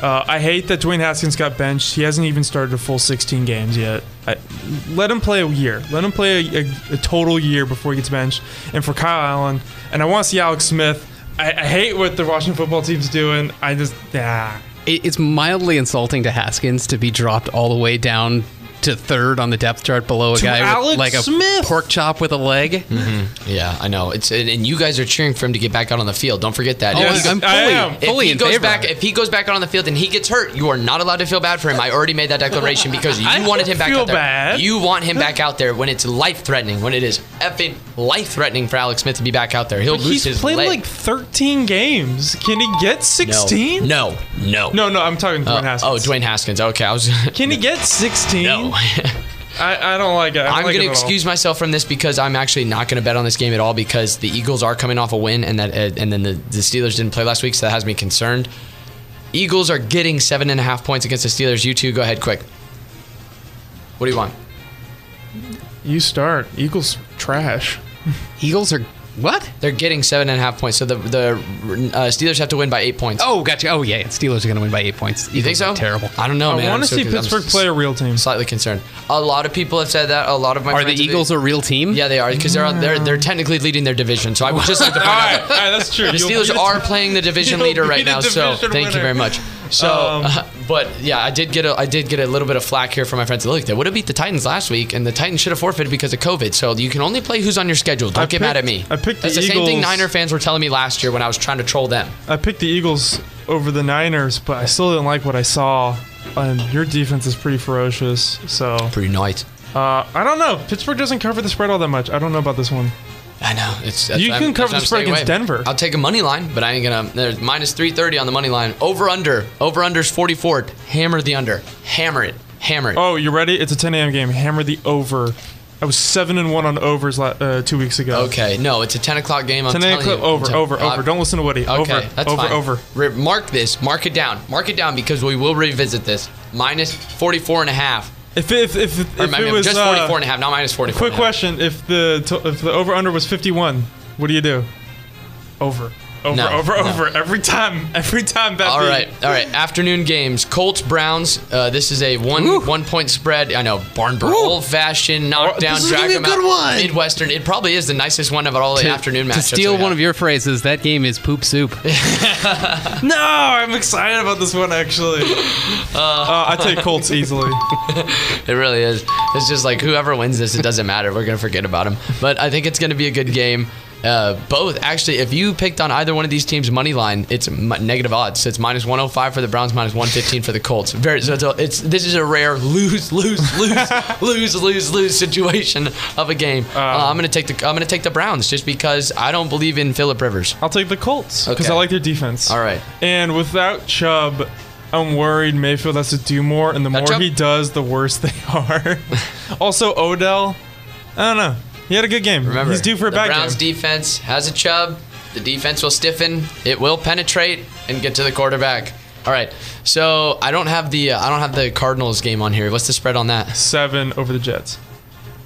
[SPEAKER 8] Uh, I hate that Dwayne Haskins got benched. He hasn't even started a full 16 games yet. I, let him play a year. Let him play a, a, a total year before he gets benched. And for Kyle Allen, and I want to see Alex Smith. I, I hate what the Washington football team's doing. I just, ah.
[SPEAKER 2] It, it's mildly insulting to Haskins to be dropped all the way down to third on the depth chart below a
[SPEAKER 8] To
[SPEAKER 2] guy
[SPEAKER 8] Alex
[SPEAKER 2] with like a
[SPEAKER 8] Smith.
[SPEAKER 2] pork chop with a leg.
[SPEAKER 4] Mm-hmm. Yeah, I know. It's and and you guys are cheering for him to get back out on the field. Don't forget that.
[SPEAKER 2] Oh,
[SPEAKER 4] If
[SPEAKER 8] Yes,
[SPEAKER 4] he
[SPEAKER 2] I'm fully,
[SPEAKER 8] I am.
[SPEAKER 4] If
[SPEAKER 2] fully
[SPEAKER 4] he
[SPEAKER 2] in
[SPEAKER 4] goes
[SPEAKER 2] favor.
[SPEAKER 4] back, if he goes back out on the field and he gets hurt, you are not allowed to feel bad for him. I already made that declaration because you
[SPEAKER 8] I
[SPEAKER 4] wanted him back
[SPEAKER 8] feel
[SPEAKER 4] out there.
[SPEAKER 8] bad.
[SPEAKER 4] You want him back out there when it's life threatening, when it is effing life threatening for Alex Smith to be back out there. He'll lose
[SPEAKER 8] He's
[SPEAKER 4] his
[SPEAKER 8] played
[SPEAKER 4] leg.
[SPEAKER 8] like 13 games. Can he get 16?
[SPEAKER 4] No, no,
[SPEAKER 8] No, no, I'm talking Dwayne
[SPEAKER 4] Uh,
[SPEAKER 8] Haskins.
[SPEAKER 4] oh, Dwayne Haskins. Okay, I was.
[SPEAKER 8] Can he get 16?
[SPEAKER 4] no.
[SPEAKER 8] I, I don't like it. I don't
[SPEAKER 4] I'm
[SPEAKER 8] like
[SPEAKER 4] going
[SPEAKER 8] it
[SPEAKER 4] to
[SPEAKER 8] at all.
[SPEAKER 4] excuse myself from this because I'm actually not going to bet on this game at all because the Eagles are coming off a win and that uh, and then the, the Steelers didn't play last week, so that has me concerned. Eagles are getting seven and a half points against the Steelers. You two, go ahead, quick. What do you want?
[SPEAKER 8] You start. Eagles trash.
[SPEAKER 2] Eagles are what?
[SPEAKER 4] They're getting seven and a half points, so the the uh, Steelers have to win by eight points.
[SPEAKER 2] Oh, gotcha. Oh yeah, Steelers are gonna win by eight points.
[SPEAKER 4] you think
[SPEAKER 2] Eagles are
[SPEAKER 4] so?
[SPEAKER 2] Terrible.
[SPEAKER 4] I don't know, man.
[SPEAKER 8] I
[SPEAKER 4] I'm
[SPEAKER 8] want to
[SPEAKER 4] so
[SPEAKER 8] see
[SPEAKER 4] con- I'm
[SPEAKER 8] Pittsburgh
[SPEAKER 4] s-
[SPEAKER 8] play a real team.
[SPEAKER 4] Slightly concerned. A lot of people have said that. A lot of my
[SPEAKER 2] Are the
[SPEAKER 4] friends have-
[SPEAKER 2] Eagles a real team?
[SPEAKER 4] Yeah, they are because they're they're they're technically leading their division. So I would just like to point
[SPEAKER 8] all,
[SPEAKER 4] out
[SPEAKER 8] right, Mm. all right, that's true.
[SPEAKER 4] The
[SPEAKER 8] You'll
[SPEAKER 4] Steelers
[SPEAKER 8] beat
[SPEAKER 4] are playing the division
[SPEAKER 8] You'll
[SPEAKER 4] leader
[SPEAKER 8] be
[SPEAKER 4] right
[SPEAKER 8] the
[SPEAKER 4] now, so
[SPEAKER 8] division
[SPEAKER 4] thank you
[SPEAKER 8] winner.
[SPEAKER 4] very much. So,
[SPEAKER 8] Um,
[SPEAKER 4] uh, but yeah, I did get a I did get a little bit of flack here from my friends. Look, they would have beat the Titans last week, and the Titans should have forfeited because of COVID. So you can only play who's on your schedule. Don't
[SPEAKER 8] I
[SPEAKER 4] get mad at me.
[SPEAKER 8] picked- I picked the
[SPEAKER 4] That's the, same thing
[SPEAKER 8] Eagles.
[SPEAKER 4] Niner fans were telling me last year when I was trying to troll them.
[SPEAKER 8] I picked the Eagles over the Niners, but I still didn't like what I saw. And your defense is pretty ferocious. So uh,
[SPEAKER 4] Pretty nice.
[SPEAKER 8] I don't know. Pittsburgh doesn't cover the spread all that much. I don't know about this one.
[SPEAKER 4] I know. It's that's
[SPEAKER 8] You
[SPEAKER 4] what
[SPEAKER 8] can
[SPEAKER 4] I'm-
[SPEAKER 8] cover
[SPEAKER 4] that's
[SPEAKER 8] the
[SPEAKER 4] what I'm
[SPEAKER 8] spread
[SPEAKER 4] staying
[SPEAKER 8] against
[SPEAKER 4] away.
[SPEAKER 8] Denver.
[SPEAKER 4] I'll take a money line, but I ain't gonna. There's minus three thirty on the money line. Over under. Over under's forty four. Hammer the under. Hammer it. Hammer it.
[SPEAKER 8] Oh, you ready? It's a 10 a.m. game. Hammer the over. I was seven and one on overs la- uh, two weeks ago.
[SPEAKER 4] Okay, no, it's a 10 o'clock game. I'm
[SPEAKER 8] 10
[SPEAKER 4] telling
[SPEAKER 8] a.m.
[SPEAKER 4] you.
[SPEAKER 8] clip over,
[SPEAKER 4] I'm t-
[SPEAKER 8] over,
[SPEAKER 4] uh,
[SPEAKER 8] over. Don't listen to Woody.
[SPEAKER 4] Okay,
[SPEAKER 8] over,
[SPEAKER 4] that's
[SPEAKER 8] over,
[SPEAKER 4] fine.
[SPEAKER 8] over.
[SPEAKER 4] Re- mark this. Mark it down. Mark it down because we will revisit this. Minus 44 and a half.
[SPEAKER 8] If if if, if,
[SPEAKER 4] Or, I mean,
[SPEAKER 8] it was
[SPEAKER 4] just
[SPEAKER 8] uh,
[SPEAKER 4] 44 and a half, not minus 44. and
[SPEAKER 8] Quick
[SPEAKER 4] a half.
[SPEAKER 8] question: If the to- if the over under was fifty one, what do you do? Over, over,
[SPEAKER 4] No,
[SPEAKER 8] over,
[SPEAKER 4] no.
[SPEAKER 8] over. Every time, every time. That
[SPEAKER 4] All right, all right. Afternoon games. Colts Browns. Uh, this is a one one point spread. I know barn burner, old fashioned knockdown.
[SPEAKER 2] Oh, this is
[SPEAKER 4] drag
[SPEAKER 2] gonna be a
[SPEAKER 4] them out.
[SPEAKER 2] good one.
[SPEAKER 4] Midwestern. It probably is the nicest one of all the afternoon
[SPEAKER 2] To
[SPEAKER 4] matchups.
[SPEAKER 2] steal
[SPEAKER 4] we have.
[SPEAKER 2] one of your phrases, that game is poop soup.
[SPEAKER 8] No, I'm excited about this one actually. Uh, I take Colts easily.
[SPEAKER 4] It really is. It's just like whoever wins this, it doesn't matter. We're gonna forget about him. But I think it's gonna be a good game. Uh, both actually, if you picked on either one of these teams money line, it's m- negative odds. So it's minus 105 for the Browns, minus 115 for the Colts. Very so it's, a, it's this is a rare lose lose lose lose lose lose situation of a game. Uh, I'm gonna take the I'm gonna take the Browns just because I don't believe in Philip Rivers.
[SPEAKER 8] I'll take the Colts because
[SPEAKER 4] Okay.
[SPEAKER 8] I like their defense.
[SPEAKER 4] All right.
[SPEAKER 8] And without Chubb, I'm worried Mayfield has to do more, and the more
[SPEAKER 4] Matchup?
[SPEAKER 8] he does, the worse they are. also, Odell, I don't know. He had a good game.
[SPEAKER 4] Remember,
[SPEAKER 8] He's due for a
[SPEAKER 4] the
[SPEAKER 8] bad
[SPEAKER 4] Browns
[SPEAKER 8] game.
[SPEAKER 4] defense has a chub. The defense will stiffen. It will penetrate and get to the quarterback. All right. So I don't have the uh, I don't have the Cardinals game on here. What's the spread on that?
[SPEAKER 8] Seven over the Jets.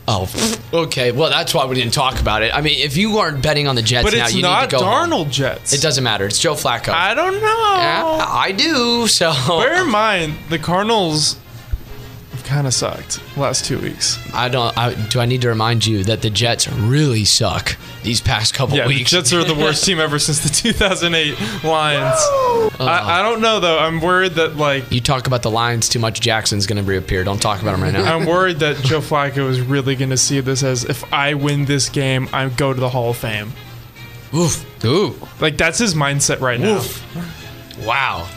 [SPEAKER 4] Oh, okay. Well, that's why we didn't talk about it. I mean, if you aren't betting on the Jets
[SPEAKER 8] But
[SPEAKER 4] now,
[SPEAKER 8] it's
[SPEAKER 4] you
[SPEAKER 8] not
[SPEAKER 4] need to go. home.
[SPEAKER 8] Darnold Jets.
[SPEAKER 4] It doesn't matter. It's Joe Flacco.
[SPEAKER 8] I don't know.
[SPEAKER 4] Yeah, I do. So
[SPEAKER 8] Bear in mind, the Cardinals have kind of sucked last two weeks.
[SPEAKER 4] I don't. I, do I need to remind you that the Jets really suck these past couple
[SPEAKER 8] Yeah,
[SPEAKER 4] weeks?
[SPEAKER 8] the Jets are the worst team ever since the 2008 Lions.
[SPEAKER 4] Uh-huh.
[SPEAKER 8] I, I don't know though. I'm worried that like
[SPEAKER 4] you talk about the Lions too much. Jackson's going to reappear. Don't talk about him right now.
[SPEAKER 8] I'm worried that Joe Flacco is really going to see this as if I win this game, I go to the Hall of Fame.
[SPEAKER 4] Oof. Ooh.
[SPEAKER 8] Like that's his mindset right now.
[SPEAKER 4] Wow.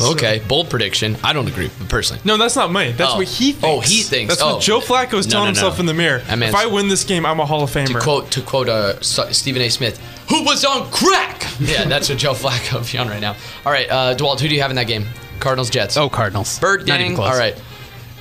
[SPEAKER 4] Okay. Bold prediction. I don't agree personally.
[SPEAKER 8] No, that's not me. That's
[SPEAKER 4] Oh.
[SPEAKER 8] what he thinks.
[SPEAKER 4] Oh, he thinks.
[SPEAKER 8] That's
[SPEAKER 4] Oh.
[SPEAKER 8] what Joe Flacco is
[SPEAKER 4] No,
[SPEAKER 8] telling
[SPEAKER 4] no, no.
[SPEAKER 8] himself in the mirror.
[SPEAKER 4] That man's-
[SPEAKER 8] if I win this game, I'm a Hall of Famer.
[SPEAKER 4] To quote to quote uh, S- Stephen A. Smith, who was on crack. Yeah, that's what Joe Flacco is on right now. All right, uh, Dwalt, who do you have in that game? Cardinals, Jets.
[SPEAKER 2] Oh, Cardinals.
[SPEAKER 4] Bird
[SPEAKER 2] Not even
[SPEAKER 4] gang.
[SPEAKER 2] close.
[SPEAKER 4] All right.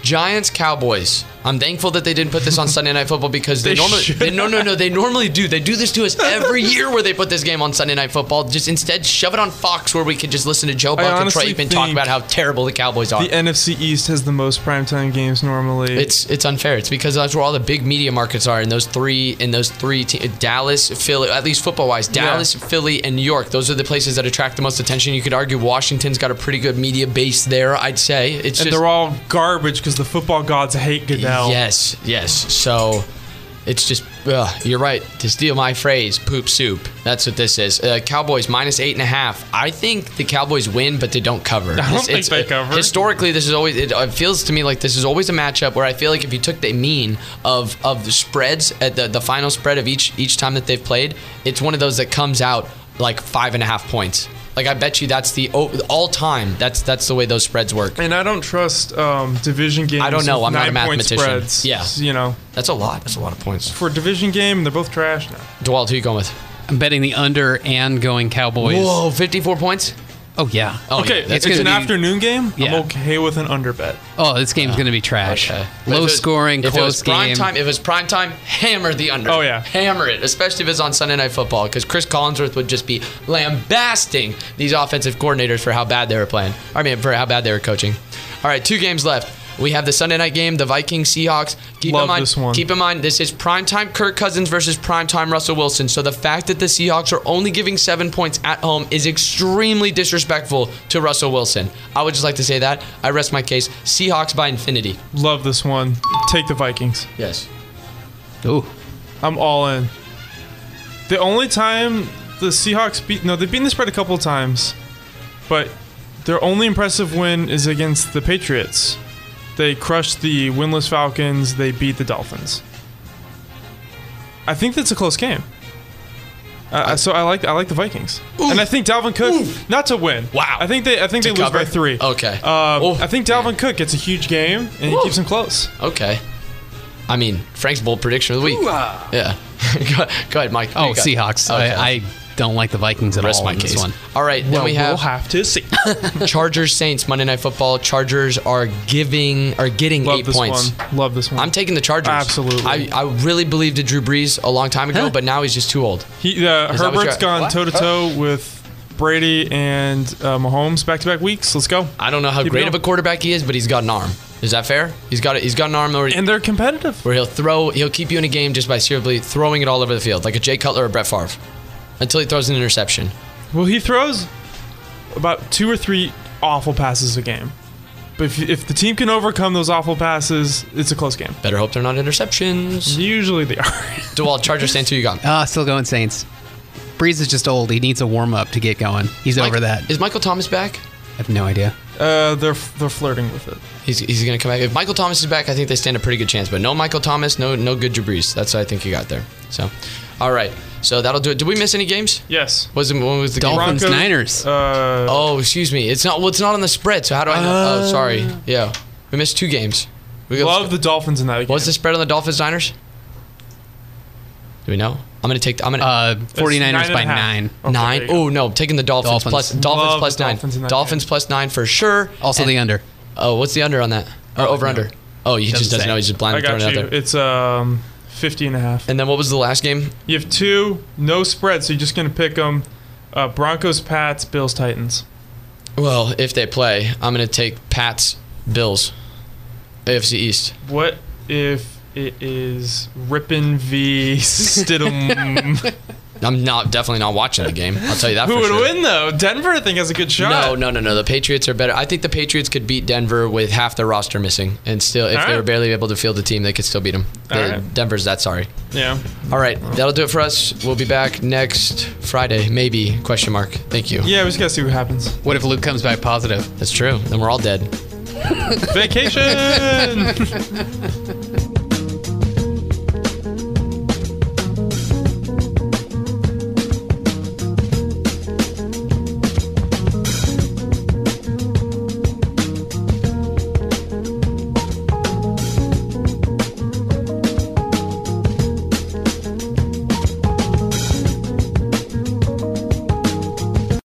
[SPEAKER 4] Giants Cowboys. I'm thankful that they didn't put this on Sunday Night Football because they,
[SPEAKER 8] They
[SPEAKER 4] normally
[SPEAKER 8] should
[SPEAKER 4] they, no no no they normally do they do this to us every year where they put this game on Sunday Night Football. Just instead shove it on Fox where we can just listen to Joe Buck and
[SPEAKER 8] honestly
[SPEAKER 4] Troy Aikman talk
[SPEAKER 8] think
[SPEAKER 4] about how terrible the Cowboys are.
[SPEAKER 8] the NFC East has the most primetime games normally.
[SPEAKER 4] It's it's unfair. It's because that's where all the big media markets are in those three in those three te- Dallas, Philly, at least football wise, Dallas, Philly, and New York. Those are the places that attract the most attention. You could argue Washington's got a pretty good media base there. I'd say it's
[SPEAKER 8] and
[SPEAKER 4] just
[SPEAKER 8] they're all garbage because the football gods hate Goodell.
[SPEAKER 4] yes, yes. So it's just ugh, you're right. To steal my phrase, poop soup. That's what this is. Uh, Cowboys minus eight and a half. I think the Cowboys win, but they don't cover. I
[SPEAKER 8] don't think they cover.
[SPEAKER 4] historically, this is always. It, it feels to me like this is always a matchup where I feel like if you took the mean of of the spreads at the the final spread of each each time that they've played, it's one of those that comes out like five and a half points. Like I bet you that's the o- all time. That's that's the way those spreads work.
[SPEAKER 8] And I don't trust um, division games.
[SPEAKER 4] I don't know.
[SPEAKER 8] with
[SPEAKER 4] I'm not a
[SPEAKER 8] nine-point
[SPEAKER 4] mathematician.
[SPEAKER 8] Spreads.
[SPEAKER 4] Yeah.
[SPEAKER 8] you know,
[SPEAKER 4] That's a lot. That's a lot of points.
[SPEAKER 8] for a division game, they're both trash. Now.
[SPEAKER 4] Dwalt, who you going with?
[SPEAKER 2] I'm betting the under and going Cowboys.
[SPEAKER 4] Whoa, 54 points?
[SPEAKER 2] Oh yeah.
[SPEAKER 4] Oh,
[SPEAKER 8] Okay,
[SPEAKER 4] yeah, that's
[SPEAKER 8] it's,
[SPEAKER 2] gonna
[SPEAKER 8] an
[SPEAKER 2] be-
[SPEAKER 8] afternoon game.
[SPEAKER 2] Yeah.
[SPEAKER 8] I'm okay with an under bet.
[SPEAKER 2] Oh, this game's gonna be trash.
[SPEAKER 4] okay. But if it
[SPEAKER 2] Low
[SPEAKER 4] was-
[SPEAKER 2] scoring,
[SPEAKER 4] if it was
[SPEAKER 2] close
[SPEAKER 4] prime
[SPEAKER 2] game.
[SPEAKER 4] Time, if it's prime time, hammer the under.
[SPEAKER 8] Oh, yeah.
[SPEAKER 4] Hammer it, especially if it's on Sunday Night Football, because Chris Collinsworth would just be lambasting these offensive coordinators for how bad they were playing. I mean, for how bad they were coaching. All right, two games left. We have the Sunday night game, the Vikings Seahawks. Keep in
[SPEAKER 8] Love
[SPEAKER 4] mind,
[SPEAKER 8] this one.
[SPEAKER 4] Keep in mind, this is primetime Kirk Cousins versus primetime Russell Wilson. So the fact that the Seahawks are only giving seven points at home is extremely disrespectful to Russell Wilson. I would just like to say that. I rest my case. Seahawks by infinity.
[SPEAKER 8] Love this one. Take the Vikings.
[SPEAKER 4] Yes.
[SPEAKER 2] Ooh. Oh,
[SPEAKER 8] I'm all in. The only time the Seahawks beat no, they've beaten the spread a couple of times, but their only impressive win is against the Patriots. They crushed the winless Falcons. They beat the Dolphins. I think that's a close game. Uh, so I like I like the Vikings, and I think Dalvin Cook not to win.
[SPEAKER 4] Wow.
[SPEAKER 8] I think they I think
[SPEAKER 4] To
[SPEAKER 8] they
[SPEAKER 4] cover?
[SPEAKER 8] lose by three.
[SPEAKER 4] Okay.
[SPEAKER 8] Um,
[SPEAKER 4] Oof.
[SPEAKER 8] I think Dalvin Cook gets a huge game and he keeps them close.
[SPEAKER 4] Okay. I mean, Frank's bold prediction of the week. Yeah. go, go ahead, Mike.
[SPEAKER 2] Oh,
[SPEAKER 4] You got-
[SPEAKER 2] Seahawks. I, I don't like the Vikings at
[SPEAKER 4] rest
[SPEAKER 2] all.
[SPEAKER 4] my
[SPEAKER 2] in this
[SPEAKER 4] case.
[SPEAKER 2] one.
[SPEAKER 4] All right, then we have
[SPEAKER 8] to see.
[SPEAKER 4] Chargers Saints Monday Night Football. Chargers are giving are getting
[SPEAKER 8] Love
[SPEAKER 4] eight
[SPEAKER 8] this
[SPEAKER 4] points.
[SPEAKER 8] one. Love this one.
[SPEAKER 4] I'm taking the Chargers.
[SPEAKER 8] Absolutely.
[SPEAKER 4] I, I really believed in Drew Brees a long time ago, but now he's just too old.
[SPEAKER 8] He uh,
[SPEAKER 4] Is that what you're-
[SPEAKER 8] Herbert's gone
[SPEAKER 4] what? Oh.
[SPEAKER 8] toe to toe with Brady and uh, Mahomes back to back weeks. Let's go.
[SPEAKER 4] I don't know how
[SPEAKER 8] Keep
[SPEAKER 4] great
[SPEAKER 8] going.
[SPEAKER 4] of a quarterback he is, but he's got an arm. Is that fair? He's got a, he's got an arm already.
[SPEAKER 8] And they're competitive.
[SPEAKER 4] where he'll throw, he'll keep you in a game just by simply throwing it all over the field, like a Jay Cutler or Brett Favre, until he throws an interception.
[SPEAKER 8] Well, he throws about two or three awful passes a game. But if, if the team can overcome those awful passes, it's a close game.
[SPEAKER 4] Better hope they're not interceptions.
[SPEAKER 8] Usually they are.
[SPEAKER 4] DeWalt, Chargers stand two, you got.
[SPEAKER 2] Ah, still going Saints. Breeze is just old. He needs a warm up to get going. He's over
[SPEAKER 4] Mike-
[SPEAKER 2] that.
[SPEAKER 4] Is Michael Thomas back?
[SPEAKER 2] I have no idea.
[SPEAKER 8] Uh, they're they're flirting with it.
[SPEAKER 4] He's, he's going to come back. If Michael Thomas is back, I think they stand a pretty good chance. But no Michael Thomas, no no good Jabriz. That's what I think you got there. So, all right. So that'll do it. Did we miss any games?
[SPEAKER 8] Yes.
[SPEAKER 4] Was it, when was the game?
[SPEAKER 2] Dolphins Niners.
[SPEAKER 8] Uh,
[SPEAKER 4] Oh, excuse me. It's not. Well, it's not on the spread. So how do I know? oh, sorry. Yeah, we missed two games. We got-
[SPEAKER 8] love the Dolphins in that game.
[SPEAKER 4] What's the spread on the Dolphins Niners? Do we know? I'm gonna take. I'm gonna
[SPEAKER 2] Uh,
[SPEAKER 8] It's
[SPEAKER 2] 49ers
[SPEAKER 8] nine
[SPEAKER 2] by
[SPEAKER 8] and a half.
[SPEAKER 2] nine.
[SPEAKER 8] Okay,
[SPEAKER 4] nine.
[SPEAKER 8] there you go.
[SPEAKER 4] Oh no, I'm taking the Dolphins,
[SPEAKER 2] Dolphins.
[SPEAKER 4] plus Dolphins
[SPEAKER 8] Love
[SPEAKER 4] plus
[SPEAKER 8] the
[SPEAKER 4] nine.
[SPEAKER 8] Dolphins
[SPEAKER 4] Dolphins,
[SPEAKER 8] in that game.
[SPEAKER 4] plus nine for sure.
[SPEAKER 2] Also
[SPEAKER 4] And-
[SPEAKER 2] the under.
[SPEAKER 4] Oh, what's the under on that? Or over
[SPEAKER 2] no.
[SPEAKER 4] under? Oh, he
[SPEAKER 2] Doesn't
[SPEAKER 4] just doesn't
[SPEAKER 2] say.
[SPEAKER 4] know. He's just
[SPEAKER 8] I
[SPEAKER 4] blindly
[SPEAKER 8] got
[SPEAKER 4] throwing it out
[SPEAKER 8] you.
[SPEAKER 4] there.
[SPEAKER 8] It's um 50 and a half.
[SPEAKER 4] and then what was the last game?
[SPEAKER 8] You have two, no spread, so you're just going to pick them. Uh, Broncos, Pats, Bills, Titans.
[SPEAKER 4] Well, if they play, I'm gonna take Pats, Bills, AFC East.
[SPEAKER 8] What if it is Rippin v. Stidham?
[SPEAKER 4] I'm not definitely not watching the game. I'll tell you that.
[SPEAKER 8] Who
[SPEAKER 4] for
[SPEAKER 8] would
[SPEAKER 4] sure.
[SPEAKER 8] win, though? Denver, I think, has a good shot.
[SPEAKER 4] No, no, no, no. The Patriots are better. I think the Patriots could beat Denver with half their roster missing, and still, if
[SPEAKER 8] All
[SPEAKER 4] they were
[SPEAKER 8] right.
[SPEAKER 4] barely able to field the team, they could still beat them.
[SPEAKER 8] All
[SPEAKER 4] They-
[SPEAKER 8] right.
[SPEAKER 4] Denver's that sorry.
[SPEAKER 8] Yeah.
[SPEAKER 4] All right, that'll do it for us. We'll be back next Friday, maybe? Question mark. Thank you.
[SPEAKER 8] Yeah, we just got to see what happens.
[SPEAKER 2] What if Luke comes back positive?
[SPEAKER 4] That's true. Then we're all dead.
[SPEAKER 8] Vacation!